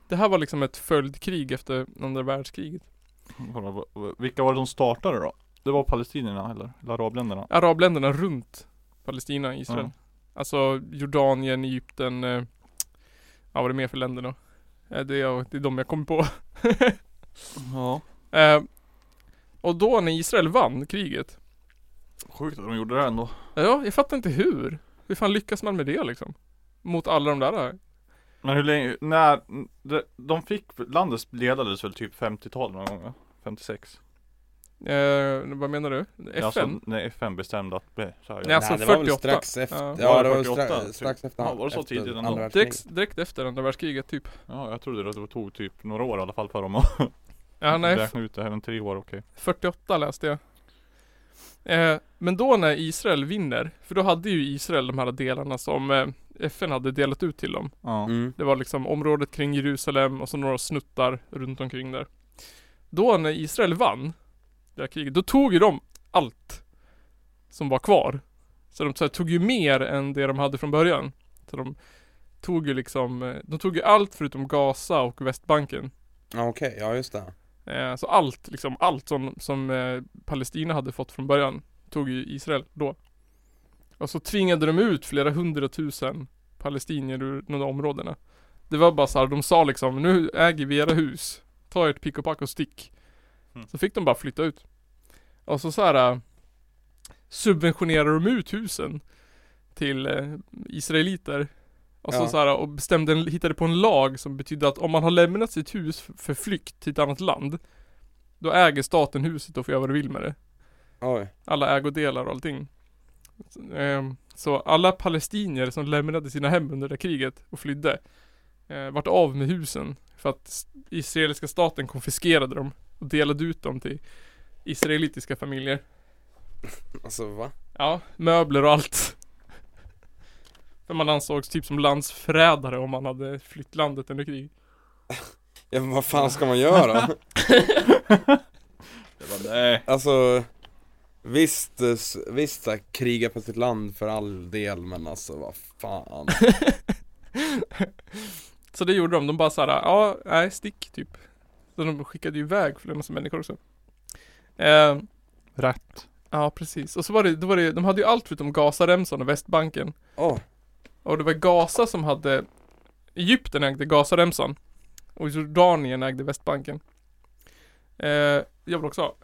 [SPEAKER 1] Det här var liksom ett följdkrig efter andra världskriget.
[SPEAKER 2] Kolla, v- v- Vilka var det som startade då? Det var palestinierna eller? Eller arabländerna?
[SPEAKER 1] Arabländerna runt Palestina, Israel.
[SPEAKER 2] Ja.
[SPEAKER 1] Alltså Jordanien, Egypten, eh, ja vad är det mer för länder då? Eh, Det är, det är de jag kommer på. [LAUGHS]
[SPEAKER 2] ja.
[SPEAKER 1] Eh, och då när Israel vann kriget,
[SPEAKER 2] Sjukt att de gjorde det ändå.
[SPEAKER 1] ja jag fattar inte hur. Hur fan lyckas man med det liksom? Mot alla de där?
[SPEAKER 2] Men hur länge, när, de, de fick, landet ledades väl typ 50-tal någon gång va? 56?
[SPEAKER 1] Eh, vad menar du? FN?
[SPEAKER 2] Alltså, när FN bestämde att bli så här.
[SPEAKER 1] Nej, alltså
[SPEAKER 3] det var väl
[SPEAKER 1] 48.
[SPEAKER 3] strax efter,
[SPEAKER 1] Ja.
[SPEAKER 3] ja det var väl
[SPEAKER 2] 48,
[SPEAKER 3] strax,
[SPEAKER 2] typ.
[SPEAKER 3] strax efter
[SPEAKER 2] Ja, var det så
[SPEAKER 3] efter
[SPEAKER 2] tidigt ändå?
[SPEAKER 3] andra världskriget.
[SPEAKER 1] direkt, direkt efter andra världskriget typ.
[SPEAKER 2] Ja, jag trodde att det tog typ några år i alla fall för dem att
[SPEAKER 1] Ja, nej, f-
[SPEAKER 2] räkna ut det här, men tre år okej.
[SPEAKER 1] 48 läste jag. Eh, men då när Israel vinner, för då hade ju Israel de här delarna som eh, FN hade delat ut till dem.
[SPEAKER 2] Ja.
[SPEAKER 3] Mm.
[SPEAKER 1] Det var liksom området kring Jerusalem och så några snuttar runt omkring där. Då när Israel vann det här kriget, då tog ju de allt som var kvar. Så de så här, tog ju mer än det de hade från början. Så de tog ju liksom, eh, de tog ju allt förutom Gaza och Västbanken.
[SPEAKER 3] Ja okej, ja just det.
[SPEAKER 1] Eh, så allt, liksom allt som, som eh, Palestina hade fått från början tog ju Israel då. Och så tvingade de ut flera hundratusen palestinier ur de där områdena. Det var bara så här, de sa liksom nu äger vi era hus. Ta ert pick och pack och stick.
[SPEAKER 2] Mm.
[SPEAKER 1] Så fick de bara flytta ut. Och så så här eh, subventionerade de ut husen till eh, israeliter. Och så,
[SPEAKER 3] Ja.
[SPEAKER 1] så här, och bestämde, en- hittade på en lag som betydde att om man har lämnat sitt hus f- för flykt till ett annat land Då äger staten huset och får göra vad du vill med det
[SPEAKER 3] Oj.
[SPEAKER 1] Alla ägodelar och allting så, ehm, så alla palestinier som lämnade sina hem under det kriget och flydde eh, Vart av med husen För att s- israeliska staten konfiskerade dem och delade ut dem till israelitiska familjer
[SPEAKER 3] Alltså va?
[SPEAKER 1] Ja, möbler och allt. [LAUGHS] För man ansågs typ som landsförrädare om man hade flytt landet under krig.
[SPEAKER 3] Ja, men vad fan ska
[SPEAKER 2] [LAUGHS]
[SPEAKER 3] man göra?
[SPEAKER 2] Det var nej.
[SPEAKER 3] alltså Visst, eh, s- visst så här, kriga för sitt land för all del men alltså vad fan
[SPEAKER 1] Så det gjorde de, de bara såhär, ja, nej, stick typ. Så de skickade ju iväg för en massa människor också. Eh,
[SPEAKER 2] Rätt.
[SPEAKER 1] ja, precis. Och så var det, då var det, de hade ju allt förutom Gazaremsan och Västbanken.
[SPEAKER 3] Åh,
[SPEAKER 1] Och det var Gaza som hade, Egypten ägde Gazaremsan. Och Jordanien ägde Västbanken. Eh, jag vill också ha.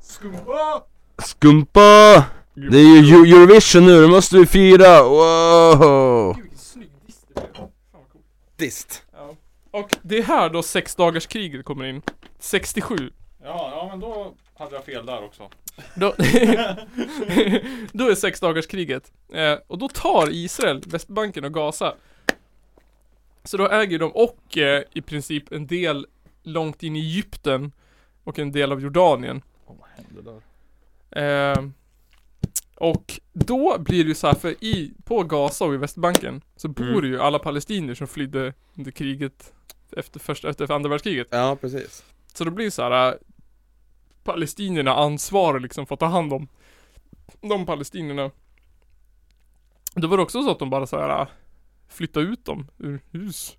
[SPEAKER 1] Skumpa!
[SPEAKER 3] Skumpa! Det är ju Eu- Eurovision nu, det måste vi fira! Wow!
[SPEAKER 1] Gud vilken snygg diss det blev. Fan vad coolt.
[SPEAKER 3] Dist!
[SPEAKER 1] Ja. Och det är här då sexdagarskriget kommer in. 67.
[SPEAKER 2] Ja, ja men då hade jag fel där också.
[SPEAKER 1] Då, [LAUGHS] då är sexdagarskriget. Eh, och då tar Israel Västbanken och Gaza. Så då äger de och eh, i princip en del långt in i Egypten och en del av Jordanien.
[SPEAKER 2] Oh, vad hände där?
[SPEAKER 1] Eh, och då blir det ju så här, för i, på Gaza och i Västbanken så bor
[SPEAKER 2] Mm.
[SPEAKER 1] det ju alla palestinier som flydde under kriget efter, första, efter andra världskriget.
[SPEAKER 3] Ja, precis.
[SPEAKER 1] Så då blir det så här. äh, Palestinierna ansvarar liksom för att ta hand om de palestinierna. Det var det också så att de bara så här äh, flyttade ut dem ur hus.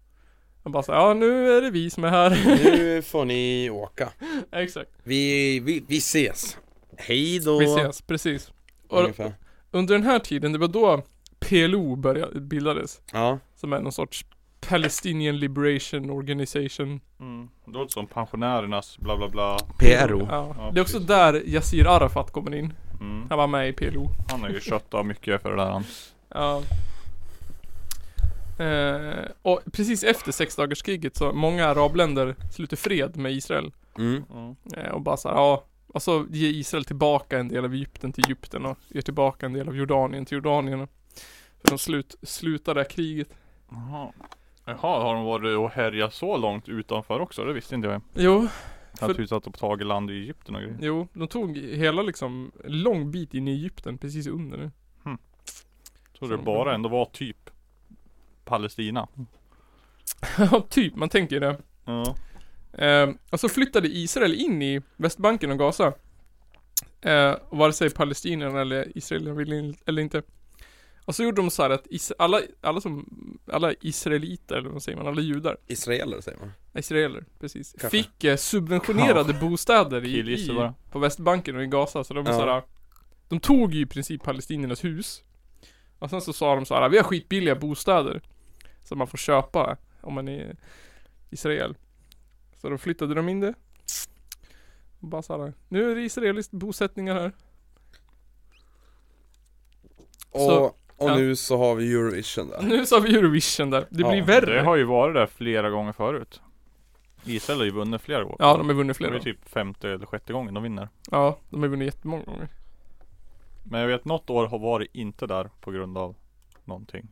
[SPEAKER 1] De bara så här, ja nu är det vi som är här.
[SPEAKER 3] Nu får ni åka.
[SPEAKER 1] [LAUGHS] Exakt.
[SPEAKER 3] Vi, vi, vi ses! Hej då!
[SPEAKER 1] Vi ses, precis. Och
[SPEAKER 3] Ungefär.
[SPEAKER 1] under den här tiden, det var då PLO började, bildades.
[SPEAKER 3] Ja,
[SPEAKER 1] Som är någon sorts Palestinian Liberation Organization.
[SPEAKER 2] Mm. Det låter som pensionärernas bla bla bla.
[SPEAKER 3] PRO.
[SPEAKER 1] Ja.
[SPEAKER 2] Ja,
[SPEAKER 1] Det är också
[SPEAKER 2] precis.
[SPEAKER 1] där Yassir Arafat kommer in.
[SPEAKER 2] Mm.
[SPEAKER 1] Han var med i PLO.
[SPEAKER 2] Han har ju kött av mycket för det
[SPEAKER 1] Mm.
[SPEAKER 2] där han.
[SPEAKER 1] Ja. Eh, och precis efter sexdagarskriget så många arabländer sluter fred med Israel.
[SPEAKER 3] Mm.
[SPEAKER 2] Mm.
[SPEAKER 1] Eh, och bara såhär, ja. Och så ger Israel tillbaka en del av Egypten till Egypten och ger tillbaka en del av Jordanien till Jordanien. För de slut, slutar det här kriget.
[SPEAKER 2] Jaha. Jaha, har de varit och härjat så långt utanför också? Det visste inte jag.
[SPEAKER 1] Jo,
[SPEAKER 2] Jag
[SPEAKER 1] För-
[SPEAKER 2] hade tutat att tagit land i Egypten och grejer.
[SPEAKER 1] jo. De tog hela liksom, en lång bit in i Egypten, precis under nu. [LAUGHS]
[SPEAKER 2] Trodde det bara ändå var typ Palestina.
[SPEAKER 1] Mm. Ja, typ. Man tänker ju det.
[SPEAKER 2] Ja.
[SPEAKER 1] Eh, och så flyttade Israel in i Västbanken och Gaza. Eh, och vare sig palestinierna eller israelerna ville in, eller inte. Och så gjorde de så här att is- alla, alla som, alla israeliter, eller vad säger man, alla judar,
[SPEAKER 3] Israeler säger man.
[SPEAKER 1] israeler, precis,
[SPEAKER 3] Kanske.
[SPEAKER 1] fick eh, subventionerade bostäder i,
[SPEAKER 2] Killgissar
[SPEAKER 1] i,
[SPEAKER 2] bara.
[SPEAKER 1] på Västbanken och i Gaza. Så de
[SPEAKER 3] Ja.
[SPEAKER 1] så här, de tog ju i princip palestiniernas hus. Och sen så sa de så här, vi har skitbilliga bostäder. Som man får köpa om man är Israel. Så då flyttade de in det. Och bara så här, nu är det israeliska bosättningar här.
[SPEAKER 3] Och,
[SPEAKER 1] Så-
[SPEAKER 3] och
[SPEAKER 1] ja.
[SPEAKER 3] nu så har vi Eurovision där.
[SPEAKER 1] Nu så har vi Eurovision där. Det
[SPEAKER 3] Ja,
[SPEAKER 1] blir
[SPEAKER 2] Det
[SPEAKER 1] värre.
[SPEAKER 2] har ju varit där flera gånger förut. Israel har ju vunnit flera år.
[SPEAKER 1] Ja, de har vunnit flera.
[SPEAKER 2] Det är
[SPEAKER 1] gånger.
[SPEAKER 2] typ femte eller sjätte gången de vinner.
[SPEAKER 1] Ja, de har vunnit jättemånga gånger.
[SPEAKER 2] Men jag vet något år har varit inte där på grund av någonting.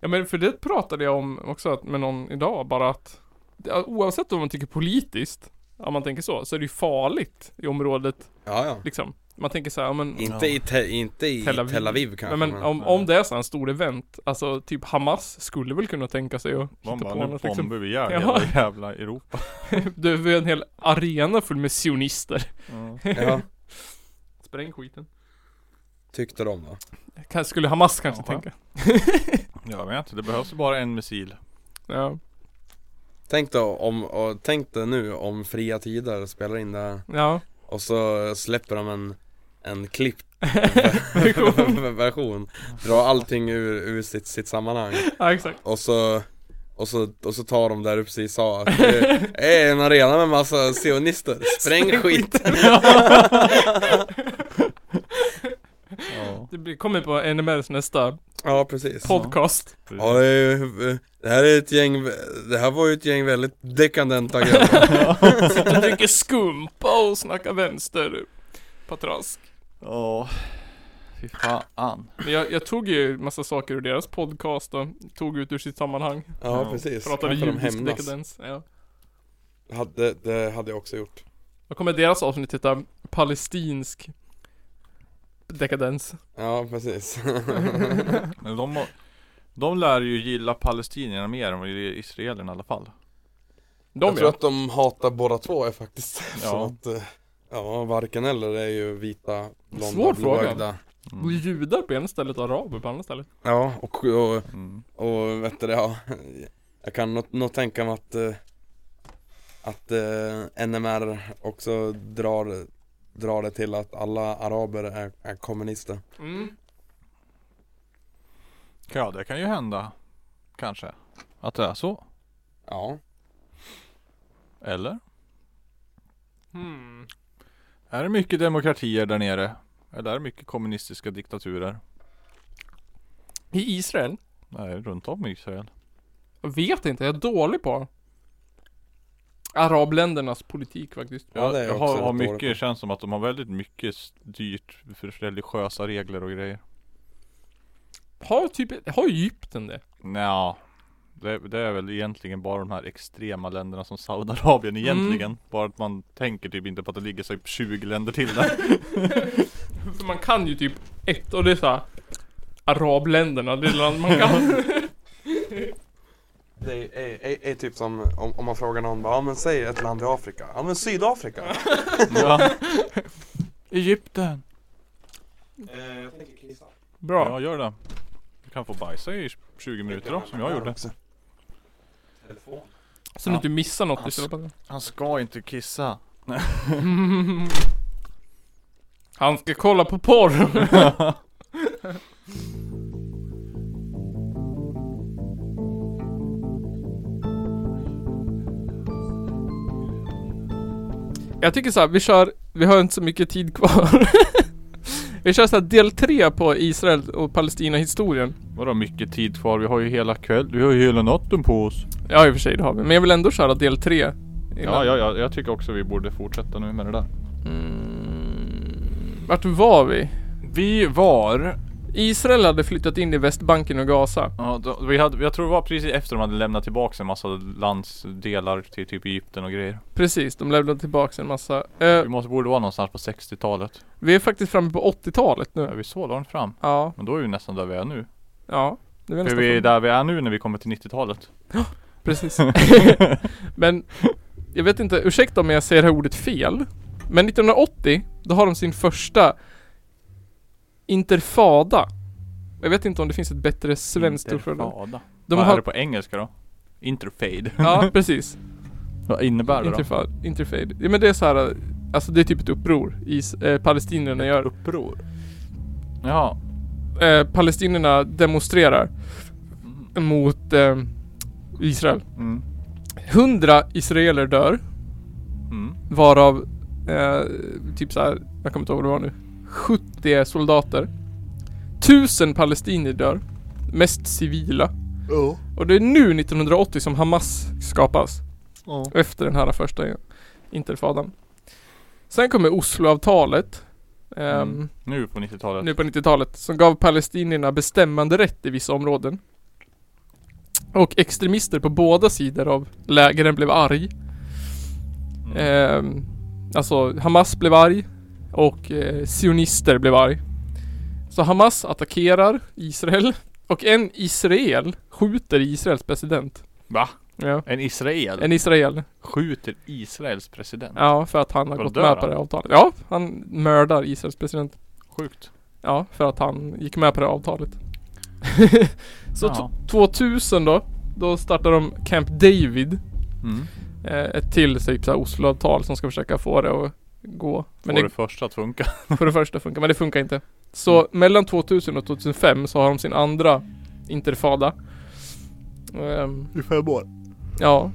[SPEAKER 1] Ja men för det pratade jag om också att- med någon idag bara att ja, Oavsett om man tycker politiskt Om man tänker så, så är det ju farligt i området
[SPEAKER 3] Ja, ja.
[SPEAKER 1] liksom Man tänker så här, ja, men,
[SPEAKER 3] Inte i, te, inte i Tel Aviv, kanske.
[SPEAKER 1] men, men om, om det är så här en stor event Alltså typ Hamas skulle väl kunna tänka sig att
[SPEAKER 2] Man
[SPEAKER 1] hitta
[SPEAKER 2] bara,
[SPEAKER 1] på
[SPEAKER 2] nu
[SPEAKER 1] något liksom [LAUGHS]
[SPEAKER 2] bombar vi ihjäl
[SPEAKER 1] Ja.
[SPEAKER 2] hela jävla Europa.
[SPEAKER 1] Du har en hel arena full med sionister
[SPEAKER 3] Ja,
[SPEAKER 1] [LAUGHS] Spräng skiten
[SPEAKER 3] tyckte de då.
[SPEAKER 1] Kanske- Skulle Hamas kanske
[SPEAKER 2] Jaha.
[SPEAKER 1] tänka
[SPEAKER 2] Jag vet inte, det behövs ju bara en missil.
[SPEAKER 1] Ja,
[SPEAKER 3] Tänk då om, och tänk dig nu om Fria Tider spelar in det här
[SPEAKER 1] ja [LAUGHS]
[SPEAKER 3] och så släpper de en, en klippt
[SPEAKER 1] Version.
[SPEAKER 3] [LAUGHS] version. Dra allting ur, ur sitt, sitt sammanhang
[SPEAKER 1] ja exakt
[SPEAKER 3] [LAUGHS] och så och så, och så tar de där du precis sa att det är en arena med massa sionister, spräng skit!
[SPEAKER 2] Ja,
[SPEAKER 1] Det blir, kommer på NMRs nästa
[SPEAKER 3] Ja precis
[SPEAKER 1] podcast
[SPEAKER 3] Ja det, är, ju- det här är ett gäng, det här var ju ett gäng väldigt dekadenta [LAUGHS] grabbar
[SPEAKER 1] Sitter och dricker skumpa och snackar vänster patrask.
[SPEAKER 2] ja. Fy fan.
[SPEAKER 1] Men jag, jag tog ju massa saker ur deras podcast och tog ut ur sitt sammanhang.
[SPEAKER 3] Ja precis,
[SPEAKER 1] Pratade
[SPEAKER 3] Varför de
[SPEAKER 1] judisk
[SPEAKER 3] hämnas.
[SPEAKER 1] dekadens. Ja.
[SPEAKER 3] hade, Det hade jag också gjort
[SPEAKER 1] Då kommer deras avsnitt heta Palestinsk dekadens.
[SPEAKER 3] Ja precis
[SPEAKER 2] Men de, må- de lär ju gilla palestinierna mer än vad israelerna i alla fall.
[SPEAKER 1] De
[SPEAKER 3] jag tror
[SPEAKER 1] ja.
[SPEAKER 3] att de hatar båda två är faktiskt ja.
[SPEAKER 2] Ja.
[SPEAKER 3] att, eh, ja, varken eller är ju vita, blonda,
[SPEAKER 1] Svår fråga.
[SPEAKER 3] blåögda
[SPEAKER 2] Mm.
[SPEAKER 1] Och Judar på ena stället och araber på andra stället.
[SPEAKER 3] Ja, och, och,
[SPEAKER 2] Mm.
[SPEAKER 3] och vet du det, ja Jag kan nog- nog tänka mig att eh, Att eh, NMR också drar Drar det till att alla araber är, är kommunister
[SPEAKER 1] Mm.
[SPEAKER 2] Ja, det kan ju hända. Kanske. Att det är så.
[SPEAKER 3] Ja,
[SPEAKER 2] Eller?
[SPEAKER 3] Mm-hmm.
[SPEAKER 1] Hmm.
[SPEAKER 2] Är det mycket demokratier där nere? Eller är det mycket kommunistiska diktaturer?
[SPEAKER 1] I Israel?
[SPEAKER 2] Nej, runt om i Israel.
[SPEAKER 1] Jag vet inte, jag är dålig på Arabländernas politik faktiskt.
[SPEAKER 3] Ja,
[SPEAKER 2] Jag,
[SPEAKER 3] det är
[SPEAKER 2] jag
[SPEAKER 3] också
[SPEAKER 2] har, har
[SPEAKER 3] rätt dåligt
[SPEAKER 2] mycket,
[SPEAKER 3] på.
[SPEAKER 2] det känns som att de har väldigt mycket styrt för religiösa regler och grejer.
[SPEAKER 1] Har typ, har Egypten det?
[SPEAKER 2] Nja. Det, det är väl egentligen bara de här extrema länderna som Saudiarabien egentligen. Bara att man tänker typ inte på att det ligger så 20 länder till där. [LAUGHS]
[SPEAKER 1] För man kan ju typ ett och det är såhär Arabländerna, det är land man kan.
[SPEAKER 3] Det är, är, är, är typ som om, om man frågar någon bara, ja men säg ett land i Afrika. Ja men Sydafrika.
[SPEAKER 2] ja. [LAUGHS] Egypten.
[SPEAKER 3] Eh, jag tänker kissa.
[SPEAKER 1] Bra.
[SPEAKER 2] Ja, gör det. Du kan få bajsa i 20 minuter då, som jag gjorde.
[SPEAKER 3] Telefon.
[SPEAKER 1] Så du
[SPEAKER 2] Ja.
[SPEAKER 1] inte missar något i
[SPEAKER 2] Alltså.
[SPEAKER 1] stället.
[SPEAKER 2] Han ska inte [LAUGHS] kissa.
[SPEAKER 1] [LAUGHS] Han ska kolla på porr. [LAUGHS] Jag tycker så här, vi kör, vi har inte så mycket tid kvar. [LAUGHS] vi kör så här del tre på Israel och Palestina historien.
[SPEAKER 2] Vadå mycket tid kvar? Vi har ju hela kväll, vi har ju hela natten på oss.
[SPEAKER 1] Ja i och för sig det har vi, men jag vill ändå köra del tre.
[SPEAKER 2] Ja, ja, ja, jag tycker också vi borde fortsätta nu med det där.
[SPEAKER 1] Mm, vart var vi?
[SPEAKER 2] Vi var...
[SPEAKER 1] Israel hade flyttat in i Västbanken och Gaza.
[SPEAKER 2] Ja, då, vi hade, jag tror det var precis efter de hade lämnat tillbaka en massa landsdelar till typ Egypten och grejer.
[SPEAKER 1] Precis, de lämnade tillbaks en massa. Eh,
[SPEAKER 2] Vi måste borde vara någonstans på 60-talet.
[SPEAKER 1] vi är faktiskt framme på 80-talet
[SPEAKER 2] Är
[SPEAKER 1] nu.
[SPEAKER 2] vi så långt fram?
[SPEAKER 1] Ja,
[SPEAKER 2] Men då är vi nästan där vi är nu.
[SPEAKER 1] ja. Det är
[SPEAKER 2] För
[SPEAKER 1] nästan
[SPEAKER 2] vi är
[SPEAKER 1] framme.
[SPEAKER 2] där vi är nu när vi kommer till 90-talet. [LAUGHS]
[SPEAKER 1] Precis. men jag vet inte, ursäkta om jag säger det här ordet fel. Men 1980, då har de sin första interfada. Jag vet inte om det finns ett bättre svenskt ord för det.
[SPEAKER 2] Interfada.
[SPEAKER 1] De
[SPEAKER 2] Vad är det
[SPEAKER 1] har,
[SPEAKER 2] på engelska då? Interfade.
[SPEAKER 1] ja precis.
[SPEAKER 2] [LAUGHS] Vad innebär det då?
[SPEAKER 1] Interfad, interfade. Ja, men det är så här, alltså det är typ ett uppror is, eh, palestinierna gör.
[SPEAKER 2] Uppror. Jaha.
[SPEAKER 1] Eh, palestinierna demonstrerar
[SPEAKER 2] Mm.
[SPEAKER 1] mot eh, Israel.
[SPEAKER 2] Mm.
[SPEAKER 1] 100 israeler dör,
[SPEAKER 2] Mm.
[SPEAKER 1] varav eh, typ så här, jag kommer inte ihåg vad det var nu, 70 är soldater. 1000 palestinier dör, mest civila.
[SPEAKER 2] Oh.
[SPEAKER 1] Och det är nu 1980 som Hamas skapas.
[SPEAKER 2] Oh.
[SPEAKER 1] Efter den här första interfadan. Sen kommer Osloavtalet. ehm,
[SPEAKER 2] Mm. Nu på 90-talet.
[SPEAKER 1] Nu på 90-talet. Som gav palestinierna bestämmande rätt i vissa områden. Och extremister på båda sidor av lägren blev arg.
[SPEAKER 2] Mm.
[SPEAKER 1] Ehm, alltså Hamas blev arg. Och eh, sionister blev arg. Så Hamas attackerar Israel. [LAUGHS] Och en Israel skjuter Israels president.
[SPEAKER 2] Va?
[SPEAKER 1] Ja.
[SPEAKER 2] En Israel?
[SPEAKER 1] En Israel.
[SPEAKER 2] Skjuter Israels president?
[SPEAKER 1] Ja, för att han har
[SPEAKER 2] Vadå,
[SPEAKER 1] gått
[SPEAKER 2] dör
[SPEAKER 1] med
[SPEAKER 2] han?
[SPEAKER 1] på det avtalet. Ja, han mördar Israels president.
[SPEAKER 2] Sjukt.
[SPEAKER 1] Ja, för att han gick med på det avtalet. [LAUGHS] Så
[SPEAKER 2] Ja.
[SPEAKER 1] t- 2000 då, då startar de Camp David.
[SPEAKER 2] Mm.
[SPEAKER 1] Eh, ett till typ så här Osloavtal som ska försöka få det att gå. Men
[SPEAKER 2] Men
[SPEAKER 1] det,
[SPEAKER 2] det... det första att funka.
[SPEAKER 1] [LAUGHS] för det första funkar, men det funkar inte. Så mellan 2000 och 2005 så har de sin andra interfada. Ehm,
[SPEAKER 2] I fem år.
[SPEAKER 1] ja.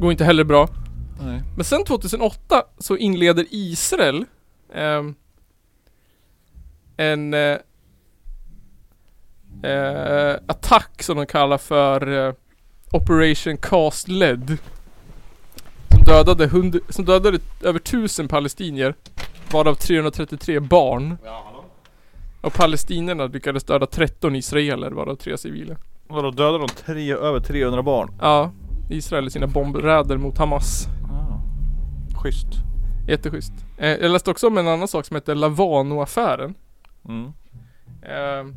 [SPEAKER 1] Går inte heller bra.
[SPEAKER 2] Nej.
[SPEAKER 1] Men sen 2008 så inleder Israel ehm, en eh, eh, attack som de kallar för eh, Operation Cast Lead. Som dödade, hund- som dödade över 1000 palestinier, varav 333 barn. Och palestinierna lyckades döda 13 israeler, varav 3 civila.
[SPEAKER 2] Vadå, dödade de tre, över 300 barn?
[SPEAKER 1] Ja, Israel i sina bombräder mot Hamas.
[SPEAKER 2] Ah. Schysst.
[SPEAKER 1] Jätteschysst. Eh, jag läste också om en annan sak som heter Lavano-affären.
[SPEAKER 2] Mm.
[SPEAKER 1] Eh,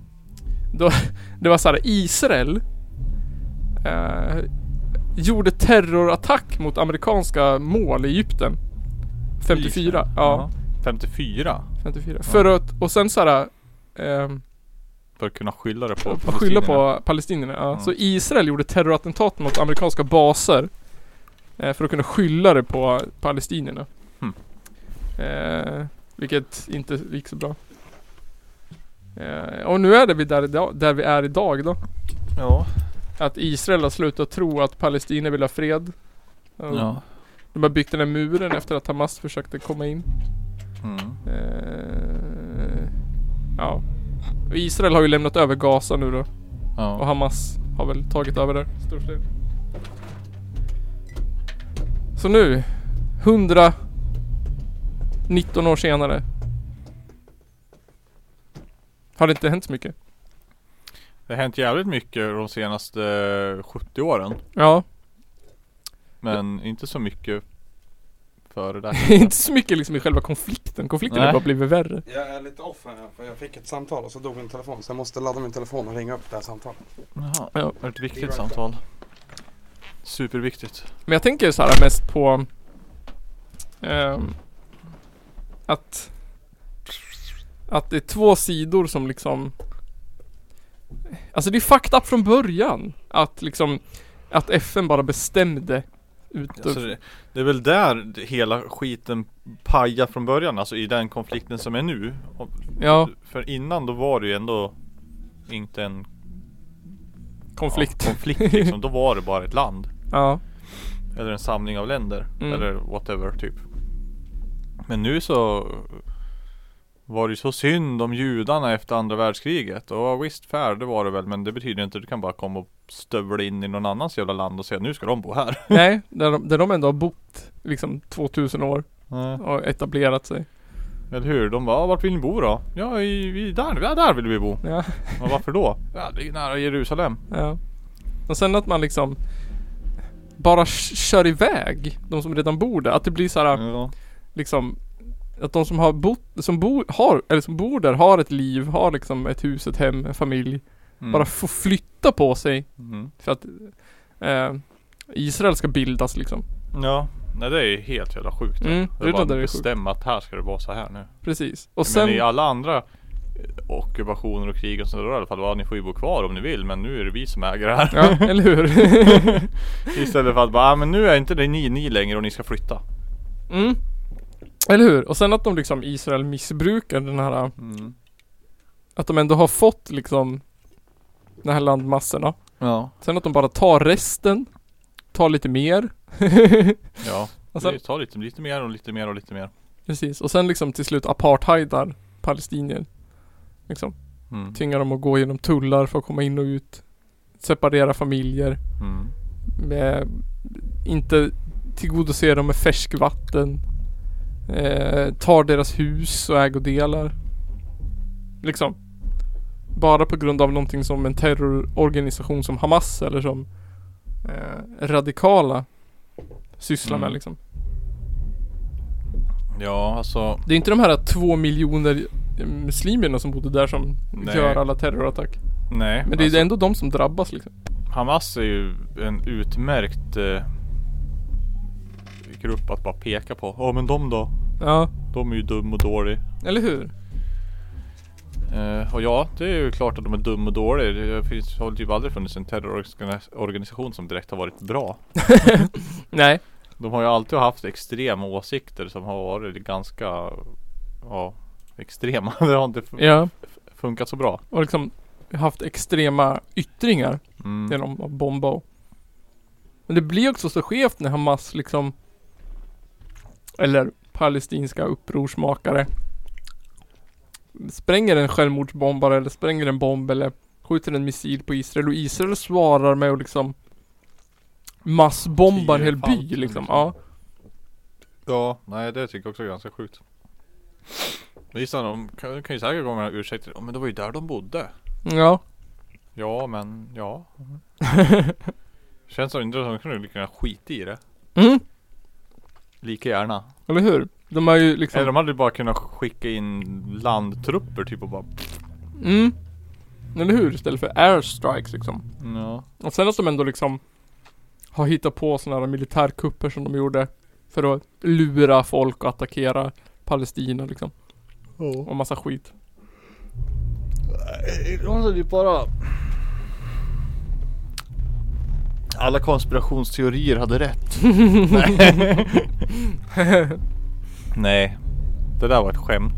[SPEAKER 1] då, [LAUGHS] det var såhär, Israel eh, gjorde terrorattack mot amerikanska mål i Egypten. 54,
[SPEAKER 2] Israel.
[SPEAKER 1] ja.
[SPEAKER 2] Ja. 54?
[SPEAKER 1] 54. För att, och sen såhär ehm,
[SPEAKER 2] För att kunna skylla det på
[SPEAKER 1] att skylla
[SPEAKER 2] palestinierna.
[SPEAKER 1] på palestinierna. Ja.
[SPEAKER 2] Mm.
[SPEAKER 1] Så Israel gjorde terrorattentat mot amerikanska baser. Eh, för att kunna skylla det på palestinierna.
[SPEAKER 2] Hmm.
[SPEAKER 1] Eh, vilket inte gick så bra. Eh, och nu är det vi där, idag, där vi är idag då.
[SPEAKER 2] Ja.
[SPEAKER 1] Att Israel har slutat tro att Palestina vill ha fred. Eh,
[SPEAKER 2] ja.
[SPEAKER 1] De har byggt den här muren efter att Hamas försökte komma in.
[SPEAKER 2] Mm.
[SPEAKER 1] Eh, ja. Och Israel har ju lämnat över Gaza nu då. Och
[SPEAKER 2] Ja.
[SPEAKER 1] Hamas har väl tagit över där. Stor del. Så nu, 100 19 år senare. Har det inte hänt så mycket?
[SPEAKER 2] Det har hänt jävligt mycket de senaste 70 åren.
[SPEAKER 1] Ja,
[SPEAKER 2] Men inte så mycket före det.
[SPEAKER 1] [LAUGHS] inte så mycket liksom i själva konflikten. Konflikten har
[SPEAKER 2] Nej.
[SPEAKER 1] bara blivit värre.
[SPEAKER 3] Jag är lite off här för jag fick ett samtal och så dog min telefon så jag måste ladda min telefon och ringa upp det här samtalet.
[SPEAKER 2] Jaha,
[SPEAKER 1] [LAUGHS] Ja.
[SPEAKER 2] det är ett
[SPEAKER 3] Be
[SPEAKER 2] viktigt
[SPEAKER 3] right
[SPEAKER 2] samtal. Superviktigt.
[SPEAKER 1] Men jag tänker så här mest på ehm, att, att det är två sidor som liksom Alltså det är fucked up från början att liksom att FN bara bestämde ut
[SPEAKER 2] Alltså, det, det är väl där hela skiten pajar från början, alltså i den konflikten som är nu. Och-
[SPEAKER 1] Ja,
[SPEAKER 2] För innan då var det ju ändå inte en
[SPEAKER 1] konflikt.
[SPEAKER 2] Ja,
[SPEAKER 1] [LAUGHS]
[SPEAKER 2] konflikt liksom. Då var det bara ett land.
[SPEAKER 1] Ja.
[SPEAKER 2] Eller en samling av länder.
[SPEAKER 1] Mm.
[SPEAKER 2] Eller whatever typ. Men nu så var det ju så synd om judarna efter andra världskriget. Och visst fair, det var det väl. Men det betyder inte att du kan bara komma och stövla in i någon annans jävla land och säga nu ska de bo här.
[SPEAKER 1] Nej, där de, där de ändå har bott liksom 2000 år
[SPEAKER 2] Nej.
[SPEAKER 1] och etablerat sig.
[SPEAKER 2] Eller hur? De bara, "Ah, vart vill ni bo då? Ja, i, i där, ja, där vill vi bo.
[SPEAKER 1] Ja.
[SPEAKER 2] Ja,
[SPEAKER 1] [LAUGHS]
[SPEAKER 2] varför då? Ja, det är nära Jerusalem.
[SPEAKER 1] Ja. Och sen att man liksom bara sh- kör iväg de som redan bor där. Att det blir så här
[SPEAKER 2] Ja.
[SPEAKER 1] liksom att de som har bott, som bor, har, eller som bor där har ett liv, har liksom ett hus, ett hem, en familj.
[SPEAKER 2] Mm.
[SPEAKER 1] Bara får flytta på sig
[SPEAKER 2] Mm.
[SPEAKER 1] för att eh, Israel ska bildas liksom.
[SPEAKER 2] Ja. Nej det är ju helt jävla sjukt.
[SPEAKER 1] Mm,
[SPEAKER 2] det
[SPEAKER 1] det
[SPEAKER 2] är
[SPEAKER 1] är
[SPEAKER 2] bara
[SPEAKER 1] det där det är sjukt.
[SPEAKER 2] bestämma att här ska det vara så här nu.
[SPEAKER 1] Precis. Och
[SPEAKER 2] men i
[SPEAKER 1] sen,
[SPEAKER 2] alla andra eh, ockupationer och krig och sådär i alla fall, ja, ni får ju bo kvar om ni vill men nu är det vi som äger det här. [LAUGHS]
[SPEAKER 1] ja, eller hur?
[SPEAKER 2] Istället för att bara, ah, men nu är inte det ni, ni längre och ni ska flytta.
[SPEAKER 1] mm. Eller hur? Och sen att de liksom, Israel missbrukar den här,
[SPEAKER 2] Mm.
[SPEAKER 1] att de ändå har fått liksom de här landmassorna.
[SPEAKER 2] Ja.
[SPEAKER 1] Sen att de bara tar resten, tar lite mer. [LAUGHS]
[SPEAKER 2] Ja.
[SPEAKER 1] och sen,
[SPEAKER 2] Vi tar lite, lite mer och lite mer och lite mer.
[SPEAKER 1] precis. Och sen liksom till slut apartheidar palestinier. Liksom.
[SPEAKER 2] Mm.
[SPEAKER 1] Tvingar dem att gå genom tullar för att komma in och ut. Separera familjer.
[SPEAKER 2] Mm.
[SPEAKER 1] Eh, inte tillgodose dem med färskvatten. Eh, tar deras hus och ägodelar. Liksom. Bara på grund av någonting som en terrororganisation som Hamas eller som eh, radikala sysslar
[SPEAKER 2] Mm.
[SPEAKER 1] med liksom.
[SPEAKER 2] Ja alltså.
[SPEAKER 1] Det är inte de här två miljoner muslimerna som bodde där som
[SPEAKER 2] Nej.
[SPEAKER 1] gör alla terrorattacker.
[SPEAKER 2] Nej.
[SPEAKER 1] Men det är
[SPEAKER 2] alltså,
[SPEAKER 1] ju ändå de som drabbas liksom.
[SPEAKER 2] Hamas är ju en utmärkt eh, grupp att bara peka på. Ja men de då?
[SPEAKER 1] Ja,
[SPEAKER 2] De är ju dum och dålig.
[SPEAKER 1] eller hur?
[SPEAKER 2] Eh, och ja, det är ju klart att de är dum och dålig. Det finns, har typ aldrig funnits en terrororganisation som direkt har varit bra.
[SPEAKER 1] Nej.
[SPEAKER 2] De har ju alltid haft extrema åsikter som har varit ganska, ja, extrema. [LAUGHS] Det har inte fun-
[SPEAKER 1] Ja.
[SPEAKER 2] funkat så bra.
[SPEAKER 1] Och liksom haft extrema yttringar
[SPEAKER 2] Mm.
[SPEAKER 1] genom att bomba och... Men det blir också så skevt när Hamas liksom Eller palestinska upprorsmakare Spränger en självmordsbombare eller spränger en bomb eller Skjuter en missil på Israel och Israel svarar med att liksom Massbomba en hel by
[SPEAKER 2] Tiofalt,
[SPEAKER 1] liksom,
[SPEAKER 2] liksom.
[SPEAKER 1] ja
[SPEAKER 2] Ja, nej det tycker jag också är ganska sjukt. Visst, de kan, kan ju säkert komma med några ursäkter. Ja, men det var ju där de bodde.
[SPEAKER 1] Ja,
[SPEAKER 2] Ja, men
[SPEAKER 1] [LAUGHS]
[SPEAKER 2] ja. Känns som inte som de kunde lika gärna skita i det.
[SPEAKER 1] mm,
[SPEAKER 2] Lika gärna.
[SPEAKER 1] eller hur? De har ju liksom
[SPEAKER 2] Eller de hade ju bara kunnat skicka in landtrupper typ och bara
[SPEAKER 1] Mm Eller hur? Istället för airstrikes liksom
[SPEAKER 2] Ja.
[SPEAKER 1] Och sen att de ändå liksom har hittat på sådana här militärkupper som de gjorde för att lura folk och attackera Palestina liksom. Och massa skit.
[SPEAKER 2] Alltså det är bara Alla konspirationsteorier
[SPEAKER 1] [LAUGHS]
[SPEAKER 2] hade rätt Nej. Nej Det där var ett skämt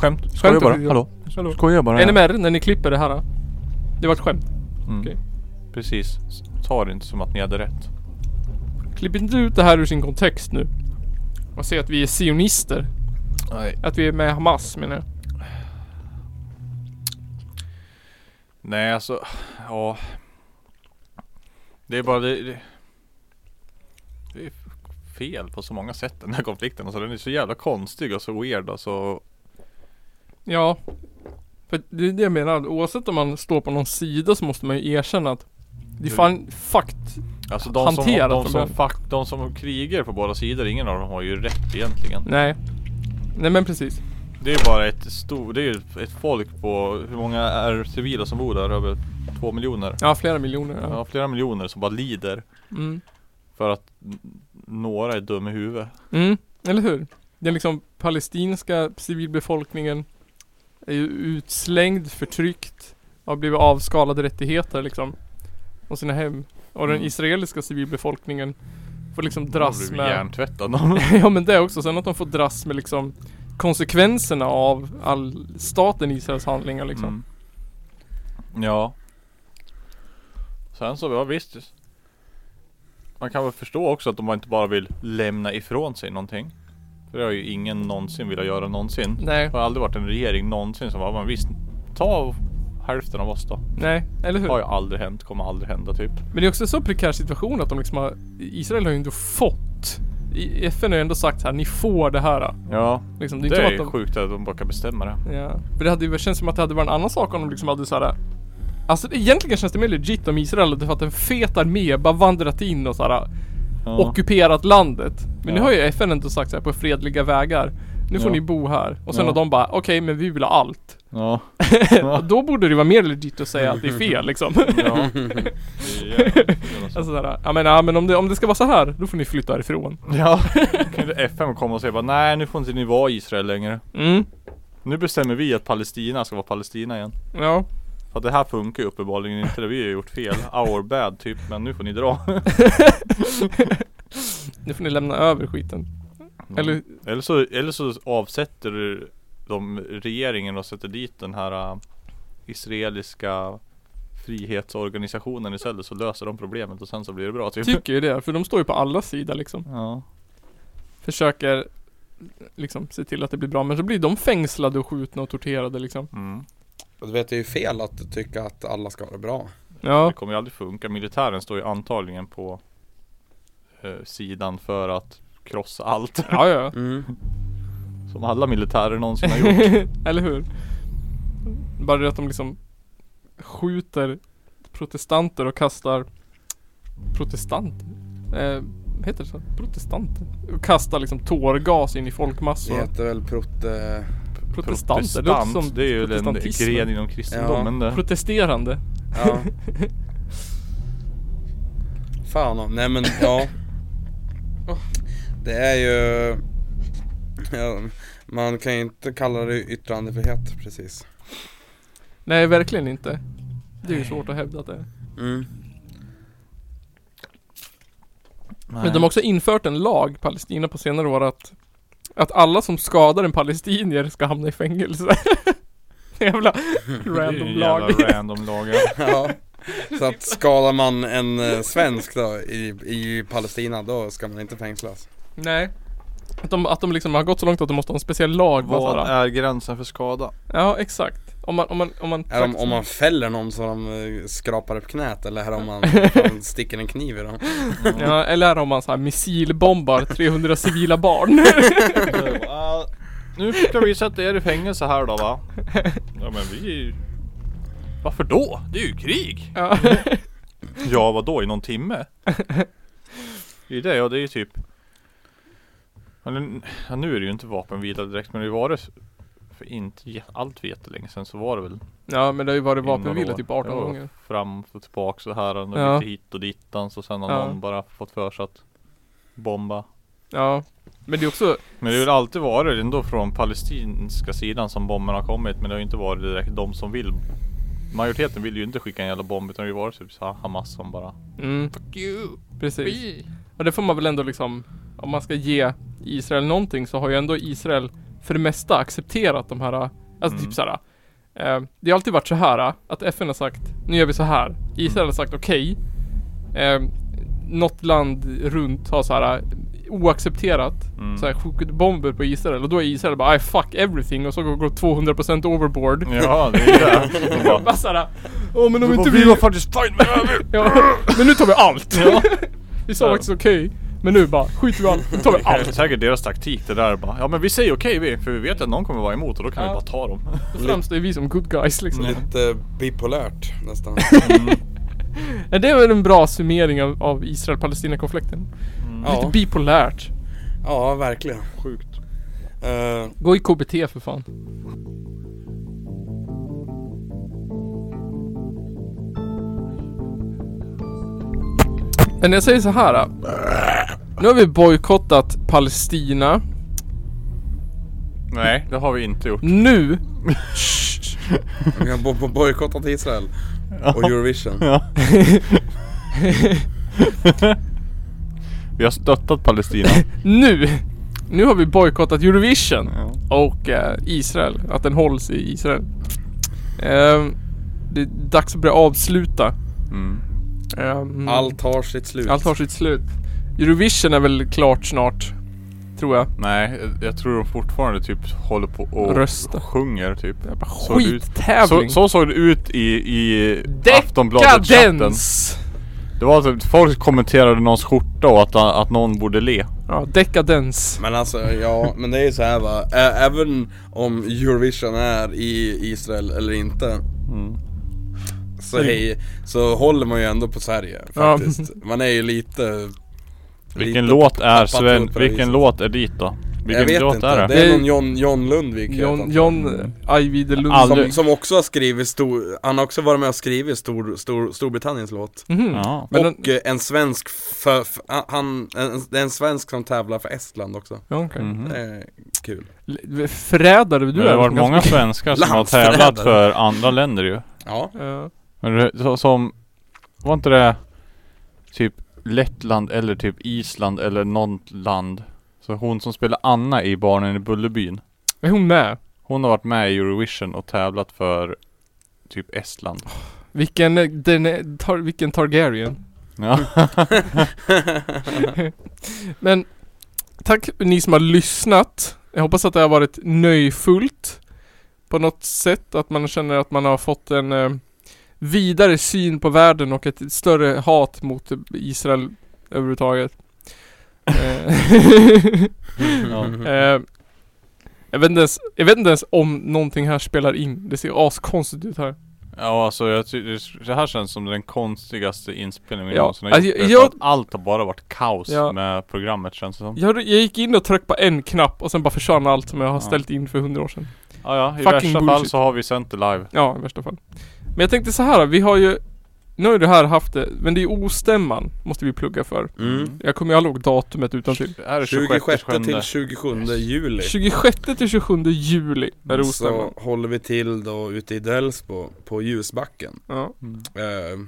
[SPEAKER 2] Skämt, skojar
[SPEAKER 1] Skämt,
[SPEAKER 2] bara,
[SPEAKER 1] ja.
[SPEAKER 2] hallå
[SPEAKER 1] Hallå.
[SPEAKER 2] Skojar bara
[SPEAKER 1] NMR, när ni klipper det här. då? Det var ett skämt.
[SPEAKER 2] Mm.
[SPEAKER 1] Okej.
[SPEAKER 2] Precis, S- ta det inte som att ni hade rätt
[SPEAKER 1] Klipp inte ut det här ur sin kontext nu. Och säg att vi är sionister.
[SPEAKER 2] Nej.
[SPEAKER 1] Att vi är med Hamas menar jag.
[SPEAKER 2] Nej alltså, ja. Det är bara det, det, det är fel på så många sätt den här konflikten. Alltså den är så jävla konstig och så weird alltså.
[SPEAKER 1] Ja. För det är det jag menar. Oavsett om man står på någon sida så måste man ju erkänna att det är fan fakt.
[SPEAKER 2] Alltså Mm. de
[SPEAKER 1] Hanterat
[SPEAKER 2] som, de
[SPEAKER 1] de
[SPEAKER 2] som,
[SPEAKER 1] här.
[SPEAKER 2] fuck, de som krigar på båda sidor, ingen av dem har ju rätt egentligen.
[SPEAKER 1] Nej. Nej men precis.
[SPEAKER 2] Det är bara ett stort, det är ju ett folk på, hur många är civila som bor där? Över två miljoner?
[SPEAKER 1] Ja flera miljoner. Ja.
[SPEAKER 2] Ja, flera miljoner som bara lider.
[SPEAKER 1] Mm.
[SPEAKER 2] För att n- några är dumma i huvudet.
[SPEAKER 1] Mm, eller hur? Den liksom palestinska civilbefolkningen är ju utslängd, förtryckt, har blivit avskalade rättigheter liksom. Och sina hem. Och den
[SPEAKER 2] Mm.
[SPEAKER 1] israeliska civilbefolkningen får liksom
[SPEAKER 2] De har
[SPEAKER 1] dras
[SPEAKER 2] blivit
[SPEAKER 1] med...
[SPEAKER 2] Hjärntvättade. De-
[SPEAKER 1] [LAUGHS] ja men det också, sen att de får dras med liksom konsekvenserna av all staten Israels handlingar liksom.
[SPEAKER 2] Mm. Ja. Sen så, ja visst. Man kan väl förstå också att de inte bara vill lämna ifrån sig någonting. För det har ju ingen någonsin velat göra någonsin.
[SPEAKER 1] Nej,
[SPEAKER 2] Det har aldrig varit en regering någonsin som bara, men visst, ta hälften av oss då.
[SPEAKER 1] nej, eller hur?
[SPEAKER 2] Det har ju aldrig hänt, kommer aldrig hända typ.
[SPEAKER 1] Men det är också en så prekär situation att de liksom har, Israel har ju ändå fått i FN har ju ändå sagt här, ni får det här.
[SPEAKER 2] Ja,
[SPEAKER 1] Liksom,
[SPEAKER 2] det,
[SPEAKER 1] det är,
[SPEAKER 2] är
[SPEAKER 1] inte
[SPEAKER 2] ju
[SPEAKER 1] bara att
[SPEAKER 2] sjukt att de bara kan bestämma det.
[SPEAKER 1] de, ja. För det hade ju känts som att det hade varit en annan sak om de liksom hade såhär Alltså egentligen känns det mer legit om Israel hade fått en fet armé, bara vandrat in och såhär
[SPEAKER 2] Ja.
[SPEAKER 1] ockuperat landet. Men nu
[SPEAKER 2] Ja.
[SPEAKER 1] har ju FN ändå sagt såhär på fredliga vägar. Nu får
[SPEAKER 2] Ja.
[SPEAKER 1] ni bo här. Och sen
[SPEAKER 2] Ja.
[SPEAKER 1] har de bara, okej men vi vill ha allt.
[SPEAKER 2] [LAUGHS] Ja.
[SPEAKER 1] Och då borde det vara mer legit att säga att
[SPEAKER 2] [LAUGHS]
[SPEAKER 1] det är fel liksom. [LAUGHS]
[SPEAKER 2] ja.
[SPEAKER 1] alltså såhär, ja men, ja, men om, det, om det ska vara så här, då får ni flytta härifrån. [LAUGHS]
[SPEAKER 2] ja. Kan inte FN komma och säga bara, nej nu får inte ni vara i Israel längre.
[SPEAKER 1] Mm,
[SPEAKER 2] Nu bestämmer vi att Palestina ska vara Palestina igen.
[SPEAKER 1] ja.
[SPEAKER 2] För att det här funkar ju uppenbarligen inte, det vi har gjort fel. Our bad typ, men nu får ni dra.
[SPEAKER 1] Nu får ni lämna över skiten. Mm. Eller,
[SPEAKER 2] eller, så, eller så avsätter de regeringen och sätter dit den här äh, israeliska frihetsorganisationen istället så löser de problemet och sen så blir det bra typ.
[SPEAKER 1] tycker ju det, för de står ju på alla sidor liksom.
[SPEAKER 2] Ja.
[SPEAKER 1] försöker liksom se till att det blir bra men så blir de fängslade och skjutna och torterade liksom.
[SPEAKER 2] Mm.
[SPEAKER 3] Och du vet, det är ju fel att tycka att alla ska ha det bra.
[SPEAKER 1] Ja,
[SPEAKER 2] Det kommer ju aldrig funka. Militären står ju antagligen på eh, sidan för att krossa allt
[SPEAKER 1] ja, ja.
[SPEAKER 3] Mm.
[SPEAKER 2] som alla militärer någonsin
[SPEAKER 1] [LAUGHS]
[SPEAKER 2] har gjort.
[SPEAKER 1] Eller hur? Bara det att de liksom skjuter protestanter och kastar protestanter? Eh, heter det så? Protestanter? Och kastar liksom tårgas in i
[SPEAKER 3] Det
[SPEAKER 1] folkmassor.
[SPEAKER 3] heter väl prote...
[SPEAKER 1] Protestanter, det låter
[SPEAKER 2] Protestant,
[SPEAKER 1] som
[SPEAKER 2] det är ju en
[SPEAKER 1] protestantismen.
[SPEAKER 2] gren inom kristendomen det.
[SPEAKER 1] Protesterande.
[SPEAKER 3] Ja. Fan, nej men ja. Det är ju... Ja, man kan ju inte kalla det yttrandefrihet precis.
[SPEAKER 1] Nej, verkligen inte. Det är ju svårt att hävda att det är.
[SPEAKER 3] Mm.
[SPEAKER 1] Men de har också infört en lag, Palestina, på senare år att Att alla som skadar en palestinier ska hamna i fängelse [LAUGHS]
[SPEAKER 2] [LAUGHS]
[SPEAKER 1] Jävla random lag
[SPEAKER 2] Jävla random lag ja.
[SPEAKER 3] Ja. Så att skadar man en eh, svensk då i, i Palestina då ska man inte fängslas.
[SPEAKER 1] [LAUGHS] Nej att de, att de liksom har gått så långt att de måste ha en speciell lag bara
[SPEAKER 2] Vad
[SPEAKER 1] såhär.
[SPEAKER 2] är gränsen för skada?
[SPEAKER 1] Ja exakt Om man, om man, om man
[SPEAKER 3] Är de, om man fäller någon så de eh, skrapar upp knät eller är det om man, man sticker en kniv i dem?
[SPEAKER 1] ja, Eller om man såhär missilbombar 300 civila barn [LAUGHS]
[SPEAKER 2] Eh, nu ska vi sätta er i fängelse här då va? Ja men vi... Varför då? Det är ju krig! [LAUGHS]
[SPEAKER 1] ja.
[SPEAKER 2] Ja vadå i någon [LAUGHS] timme? Det är ju det och det är ju typ... Ja, nu- ja, nu är det ju inte vapenvila direkt men det var det för inte jä- allt för jättelänge sedan så var det väl
[SPEAKER 1] ja men det har ju varit
[SPEAKER 2] I några
[SPEAKER 1] vapenvila
[SPEAKER 2] år.
[SPEAKER 1] typ 18
[SPEAKER 2] Ja.
[SPEAKER 1] gånger
[SPEAKER 2] fram och tillbaka så här och
[SPEAKER 1] Ja.
[SPEAKER 2] lite hit och dittan och sen har
[SPEAKER 1] Ja.
[SPEAKER 2] någon bara fått för sig att bomba
[SPEAKER 1] Ja Men det är också
[SPEAKER 2] Men det har väl alltid varit ändå från palestinska sidan som bomberna har kommit Men det har ju inte varit direkt de som vill Majoriteten vill ju inte skicka en jävla bomb utan det har ju varit typ så här Hamas som bara
[SPEAKER 1] mm,
[SPEAKER 2] Fuck you!
[SPEAKER 1] Precis
[SPEAKER 2] Vi!
[SPEAKER 1] Och det får man väl ändå liksom Om man ska ge Israel någonting så har ju ändå Israel För det mesta accepterat de här Alltså
[SPEAKER 2] Mm.
[SPEAKER 1] typ såhär eh, Det har alltid varit så här att FN har sagt Nu gör vi så här Israel har sagt okej eh, något land runt har så här eh, oaccepterat
[SPEAKER 2] Mm.
[SPEAKER 1] så här, skjutit bomber på Israel och då är Israel bara I fuck everything och så går går 200% overboard.
[SPEAKER 2] Ja, det är
[SPEAKER 1] [LAUGHS]
[SPEAKER 2] det. De bara,
[SPEAKER 1] Bara så här, Åh men om
[SPEAKER 2] "Vi
[SPEAKER 1] inte
[SPEAKER 2] var-
[SPEAKER 1] vi...
[SPEAKER 2] vi var faktiskt fine med
[SPEAKER 1] [LAUGHS] Ja, men nu tar vi allt! vi sa
[SPEAKER 2] [LAUGHS] Ja.
[SPEAKER 1] faktiskt okej, men nu bara skiter vi i allt, nu
[SPEAKER 2] [LAUGHS]
[SPEAKER 1] tar vi
[SPEAKER 2] det. Det är
[SPEAKER 1] allt!
[SPEAKER 2] säkert deras taktik det där bara. Ja men vi säger okej vi, för vi vet att någon kommer vara emot och då kan
[SPEAKER 1] Ja.
[SPEAKER 2] vi bara ta dem. [LAUGHS]
[SPEAKER 1] Då framstår ju vi som good guys liksom.
[SPEAKER 2] Mm.
[SPEAKER 3] Lite bipolärt nästan.
[SPEAKER 1] Ja, det är väl en bra summering av, av Israel-Palestina-konflikten. Lite
[SPEAKER 3] Ja,
[SPEAKER 1] bipolärt.
[SPEAKER 3] ja verkligen.
[SPEAKER 2] Sjukt.
[SPEAKER 1] [LAUGHS]
[SPEAKER 3] Eh,
[SPEAKER 1] Gå i KBT för fan. Men jag säger så här. äh. Nu har vi bojkottat Palestina.
[SPEAKER 2] Nej, det har vi inte gjort.
[SPEAKER 1] Nu
[SPEAKER 3] vi har bo- bo- bojkottat Israel
[SPEAKER 1] Mm.
[SPEAKER 3] och Eurovision.
[SPEAKER 2] [LAUGHS] Vi har stöttat Palestina.
[SPEAKER 1] Nu! Nu har vi bojkottat Eurovision
[SPEAKER 2] Ja.
[SPEAKER 1] och eh, Israel. Att den hålls i Israel. Ehm, det är dags att börja avsluta.
[SPEAKER 2] Mm.
[SPEAKER 1] Ehm,
[SPEAKER 3] Allt har sitt slut.
[SPEAKER 1] allt har sitt slut. Eurovision är väl klart snart. Tror jag.
[SPEAKER 2] Nej, jag tror de fortfarande typ håller på och
[SPEAKER 1] Rösta.
[SPEAKER 2] sjunger typ.
[SPEAKER 1] Jävla
[SPEAKER 2] Såg det ut- Så,
[SPEAKER 1] skittävling.
[SPEAKER 2] så såg det ut i, i Aftonbladet-chatten.
[SPEAKER 1] Dekadens!
[SPEAKER 2] Det var typ, folk kommenterade någons skjorta och att, att någon borde le.
[SPEAKER 1] Ja, dekadens.
[SPEAKER 3] Men alltså ja, men det är ju så här va. Ä- även om Eurovision är i Israel eller inte.
[SPEAKER 1] Mm.
[SPEAKER 3] Så hej, så håller man ju ändå på Sverige
[SPEAKER 1] Ja.
[SPEAKER 3] faktiskt. Man är ju lite...
[SPEAKER 2] Vilken
[SPEAKER 3] lite
[SPEAKER 2] låt är
[SPEAKER 3] tappad
[SPEAKER 2] Sven,
[SPEAKER 3] på det
[SPEAKER 2] vilken
[SPEAKER 3] viset.
[SPEAKER 2] låt är dit då? Vilken
[SPEAKER 3] jag vet
[SPEAKER 2] låt
[SPEAKER 3] inte,
[SPEAKER 2] är det?
[SPEAKER 3] det är
[SPEAKER 1] Det-
[SPEAKER 3] någon John, John Lundvik heter
[SPEAKER 1] John,
[SPEAKER 3] han.
[SPEAKER 1] John eh, Ajvide
[SPEAKER 2] Aldrig.
[SPEAKER 1] Lundström.
[SPEAKER 3] som, som också har skrivit stor, han har också varit med och skrivit stor, stor, Storbritanniens låt
[SPEAKER 1] Mhm.
[SPEAKER 2] Ja.
[SPEAKER 1] Men
[SPEAKER 3] Och eh, en svensk för, för, ah, han, en, det är en svensk som tävlar för Estland också
[SPEAKER 1] Ja, okej.
[SPEAKER 2] Mhm.
[SPEAKER 3] Det är kul
[SPEAKER 1] L- Förrädare
[SPEAKER 2] Men
[SPEAKER 1] du
[SPEAKER 2] det
[SPEAKER 1] är.
[SPEAKER 2] har varit
[SPEAKER 1] ganska
[SPEAKER 2] många svenskar som har
[SPEAKER 3] Landsförrädare.
[SPEAKER 2] tävlat för andra länder ju.
[SPEAKER 1] [LAUGHS]
[SPEAKER 3] Ja,
[SPEAKER 1] Ja.
[SPEAKER 2] Men det- så, som, var inte det typ Lettland eller typ Island eller något land? Så hon som spelar Anna i Barnen i Bullerbyn.
[SPEAKER 1] Är hon med?
[SPEAKER 2] Hon har varit med i Eurovision och tävlat för typ Estland.
[SPEAKER 1] Vilken, eh, den, är- tar, vilken Targaryen?
[SPEAKER 2] Ja.
[SPEAKER 1] Men tack ni som har lyssnat. Jag hoppas att det har varit nöjfullt på något sätt. Att man känner att man har fått en eh, vidare syn på världen och ett större hat mot Israel överhuvudtaget. Eh,
[SPEAKER 3] Mm.
[SPEAKER 1] Eh, jag, vet inte ens, jag vet inte ens om någonting här spelar in. Det ser askonstigt ut här.
[SPEAKER 2] [LAUGHS] Ja alltså jag ty- det- det här känns som den konstigaste inspelningen vi
[SPEAKER 1] Ja,
[SPEAKER 2] någonsin har
[SPEAKER 1] alltså,
[SPEAKER 2] gjort. för
[SPEAKER 1] jag-
[SPEAKER 2] att Allt har bara varit kaos
[SPEAKER 1] Ja.
[SPEAKER 2] med programmet känns det som.
[SPEAKER 1] Jag, jag gick in och tryckte på en knapp och sen bara försvann allt som jag har
[SPEAKER 2] Ja.
[SPEAKER 1] ställt in för hundra år sedan.
[SPEAKER 2] Ja, ja i
[SPEAKER 1] Fucking
[SPEAKER 2] värsta fall
[SPEAKER 1] bullshit.
[SPEAKER 2] så har vi sänt det live.
[SPEAKER 1] Ja, i värsta fall. Men jag tänkte så här, vi har ju Nu har ju det här haft det, men det är ostämman måste vi plugga för.
[SPEAKER 3] mm.
[SPEAKER 1] Jag kommer ju aldrig ihåg datumet utantill.
[SPEAKER 2] Det här är 26,
[SPEAKER 3] 26
[SPEAKER 2] sjunde.
[SPEAKER 3] till 27 juli
[SPEAKER 1] 26 till 27 juli är det ostämman.
[SPEAKER 3] Så håller vi till då ute i Delsbo på Ljusbacken
[SPEAKER 1] Ja.
[SPEAKER 2] Mm.
[SPEAKER 3] eh,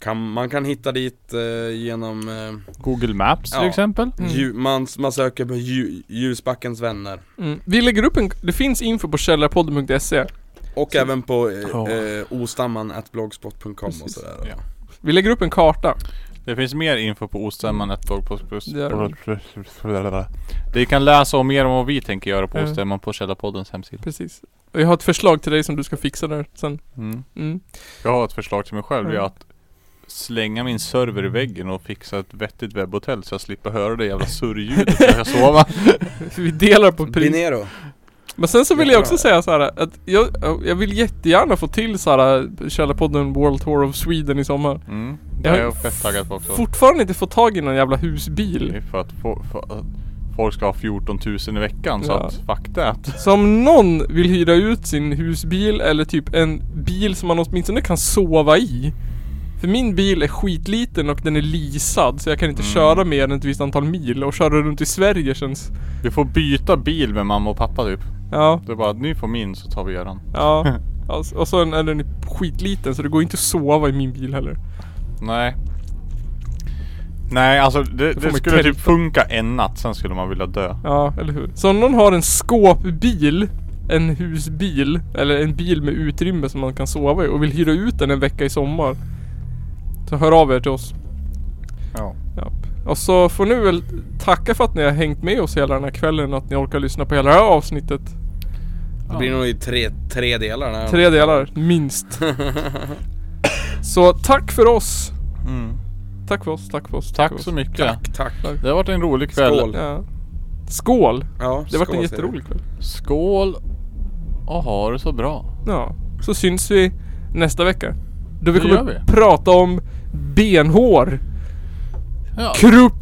[SPEAKER 3] kan, Man kan hitta dit eh, genom eh,
[SPEAKER 2] Google Maps till
[SPEAKER 3] Ja.
[SPEAKER 2] exempel.
[SPEAKER 1] Mm.
[SPEAKER 3] Ju, man, man söker på ju, Ljusbackens vänner
[SPEAKER 1] Mm. Vi lägger upp en, det finns info på källarpodden.se.
[SPEAKER 3] Och
[SPEAKER 1] Så-
[SPEAKER 3] även på
[SPEAKER 2] Ja.
[SPEAKER 3] eh, eh, ostamman at blogspot.com och
[SPEAKER 1] Precis.
[SPEAKER 3] sådär
[SPEAKER 2] Ja.
[SPEAKER 1] Vi lägger upp en karta.
[SPEAKER 2] Det finns mer info på Ostämman, ett blogg på...
[SPEAKER 1] Det
[SPEAKER 2] Ni kan läsa om mer om vad vi tänker göra på
[SPEAKER 1] Ja.
[SPEAKER 2] Ostämman på Källarpoddens hemsida.
[SPEAKER 1] Precis. Och jag har ett förslag till dig som du ska fixa där sen.
[SPEAKER 2] Mm.
[SPEAKER 1] Mm. [LAUGHS]
[SPEAKER 2] Jag har ett förslag till mig själv, det är
[SPEAKER 1] Mm.
[SPEAKER 2] att slänga min server i väggen och fixa ett vettigt webbhotell så jag slipper höra det jävla surrljudet när
[SPEAKER 1] [LAUGHS]
[SPEAKER 2] jag sover.
[SPEAKER 1] Vi delar på pris.
[SPEAKER 3] Pinero
[SPEAKER 1] Men sen så vill jag också
[SPEAKER 3] e- Ja.
[SPEAKER 1] säga så här att jag, jag vill jättegärna få till så här Källarpodden World Tour of Sweden i sommar.
[SPEAKER 2] Mm. Det är
[SPEAKER 1] har
[SPEAKER 2] jag fett taggad på också. Mm.
[SPEAKER 1] Fortfarande inte fått tag i någon jävla
[SPEAKER 2] Det
[SPEAKER 1] husbil.
[SPEAKER 2] är För att, få, för att folk ska ha 14 000 i veckan så
[SPEAKER 1] Ja.
[SPEAKER 2] att fuck that.
[SPEAKER 1] Så om någon vill hyra ut sin husbil eller typ en bil som man åtminstone kan sova i. För min bil är skitliten och den är leasad så jag kan inte
[SPEAKER 2] Mm.
[SPEAKER 1] köra mer än ett visst antal mil och köra runt i Sverige känns...
[SPEAKER 2] Du får byta bil med mamma och pappa typ. [LAUGHS]
[SPEAKER 1] Ja,
[SPEAKER 2] Det är bara att ni får min så tar vi eran.
[SPEAKER 1] ja.
[SPEAKER 2] [LAUGHS]
[SPEAKER 1] Alltså, och så är den skitliten så det går inte att sova i min bil heller.
[SPEAKER 2] Nej. Nej alltså det,
[SPEAKER 1] får
[SPEAKER 2] det
[SPEAKER 1] man
[SPEAKER 2] skulle typ
[SPEAKER 1] tälta.
[SPEAKER 2] funka en natt, sen skulle man vilja dö.
[SPEAKER 1] Ja, eller hur? Så om någon har en skåpbil, en husbil, eller en bil med utrymme som man kan sova i och vill hyra ut den en vecka i sommar. Så hör av er till oss.
[SPEAKER 2] Ja.
[SPEAKER 1] Och så får ni väl tacka för att ni har hängt med oss hela den här kvällen och att ni orkar lyssna på hela det här avsnittet.
[SPEAKER 3] Det blir nog i tre, tre delar den här.
[SPEAKER 1] Tre
[SPEAKER 3] [LAUGHS]
[SPEAKER 1] delar, minst. Så tack för oss.
[SPEAKER 2] Mm.
[SPEAKER 1] Tack för oss, tack för oss.
[SPEAKER 2] Tack
[SPEAKER 1] för
[SPEAKER 2] så
[SPEAKER 1] oss.
[SPEAKER 2] mycket.
[SPEAKER 3] Tack, tack.
[SPEAKER 2] Det har varit en rolig kväll.
[SPEAKER 3] Skål.
[SPEAKER 1] Ja. Skål!
[SPEAKER 3] Ja,
[SPEAKER 1] Det har varit
[SPEAKER 3] skål,
[SPEAKER 1] en
[SPEAKER 3] säger vi.
[SPEAKER 1] jätterolig kväll.
[SPEAKER 2] Skål och ha det så bra.
[SPEAKER 1] Ja. Så syns vi nästa vecka. Då vi
[SPEAKER 2] Det
[SPEAKER 1] kommer
[SPEAKER 2] gör vi.
[SPEAKER 1] prata om benhår,
[SPEAKER 2] Ja.
[SPEAKER 1] krupp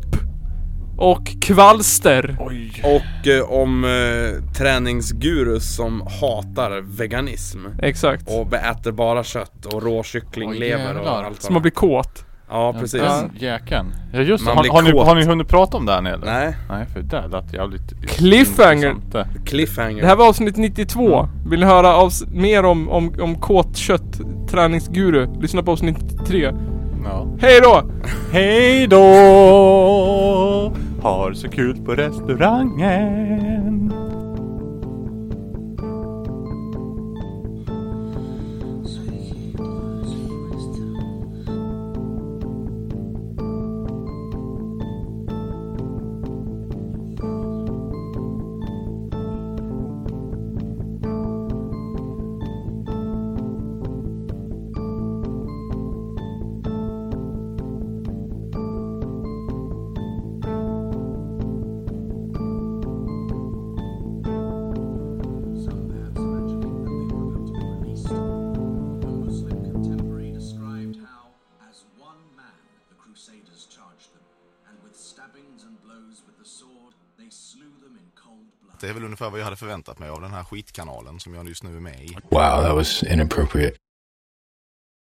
[SPEAKER 1] och kvalster.
[SPEAKER 2] Oj.
[SPEAKER 3] Och eh, om eh, träningsgurus som hatar veganism.
[SPEAKER 1] Exakt.
[SPEAKER 3] Och äter bara kött och
[SPEAKER 2] Åh,
[SPEAKER 3] råkycklinglever och
[SPEAKER 2] jävlar.
[SPEAKER 3] allt
[SPEAKER 1] Så man
[SPEAKER 3] sånt.
[SPEAKER 1] blir kåt.
[SPEAKER 3] Ja, precis.
[SPEAKER 2] Den jäkeln. Ja just det.
[SPEAKER 3] Man
[SPEAKER 2] Har,
[SPEAKER 3] blir
[SPEAKER 2] har, ni,
[SPEAKER 3] kåt.
[SPEAKER 2] har ni hunnit prata om den eller?
[SPEAKER 3] Nej,
[SPEAKER 2] Nej för det där lät jävligt
[SPEAKER 1] Cliffhanger.
[SPEAKER 2] intressant det.
[SPEAKER 3] cliffhanger.
[SPEAKER 1] Det här var avsnitt 92. Vill ni höra avs- mer om, om, om kåt kött träningsguru? Lyssna på avsnitt 93.
[SPEAKER 2] Ja.
[SPEAKER 1] [LAUGHS] Hej då!
[SPEAKER 2] Hej då! Har så kul på restaurangen.
[SPEAKER 4] Some maps mentioned that they were about to be released. One Muslim contemporary described how, as one man, the Crusaders charged them, and with stabbings and blows with the sword, they slew them in cold blood.
[SPEAKER 5] Det är väl ungefär vad jag hade förväntat mig av den här skitkanalen som jag just nu är med i.
[SPEAKER 6] Wow, that was inappropriate.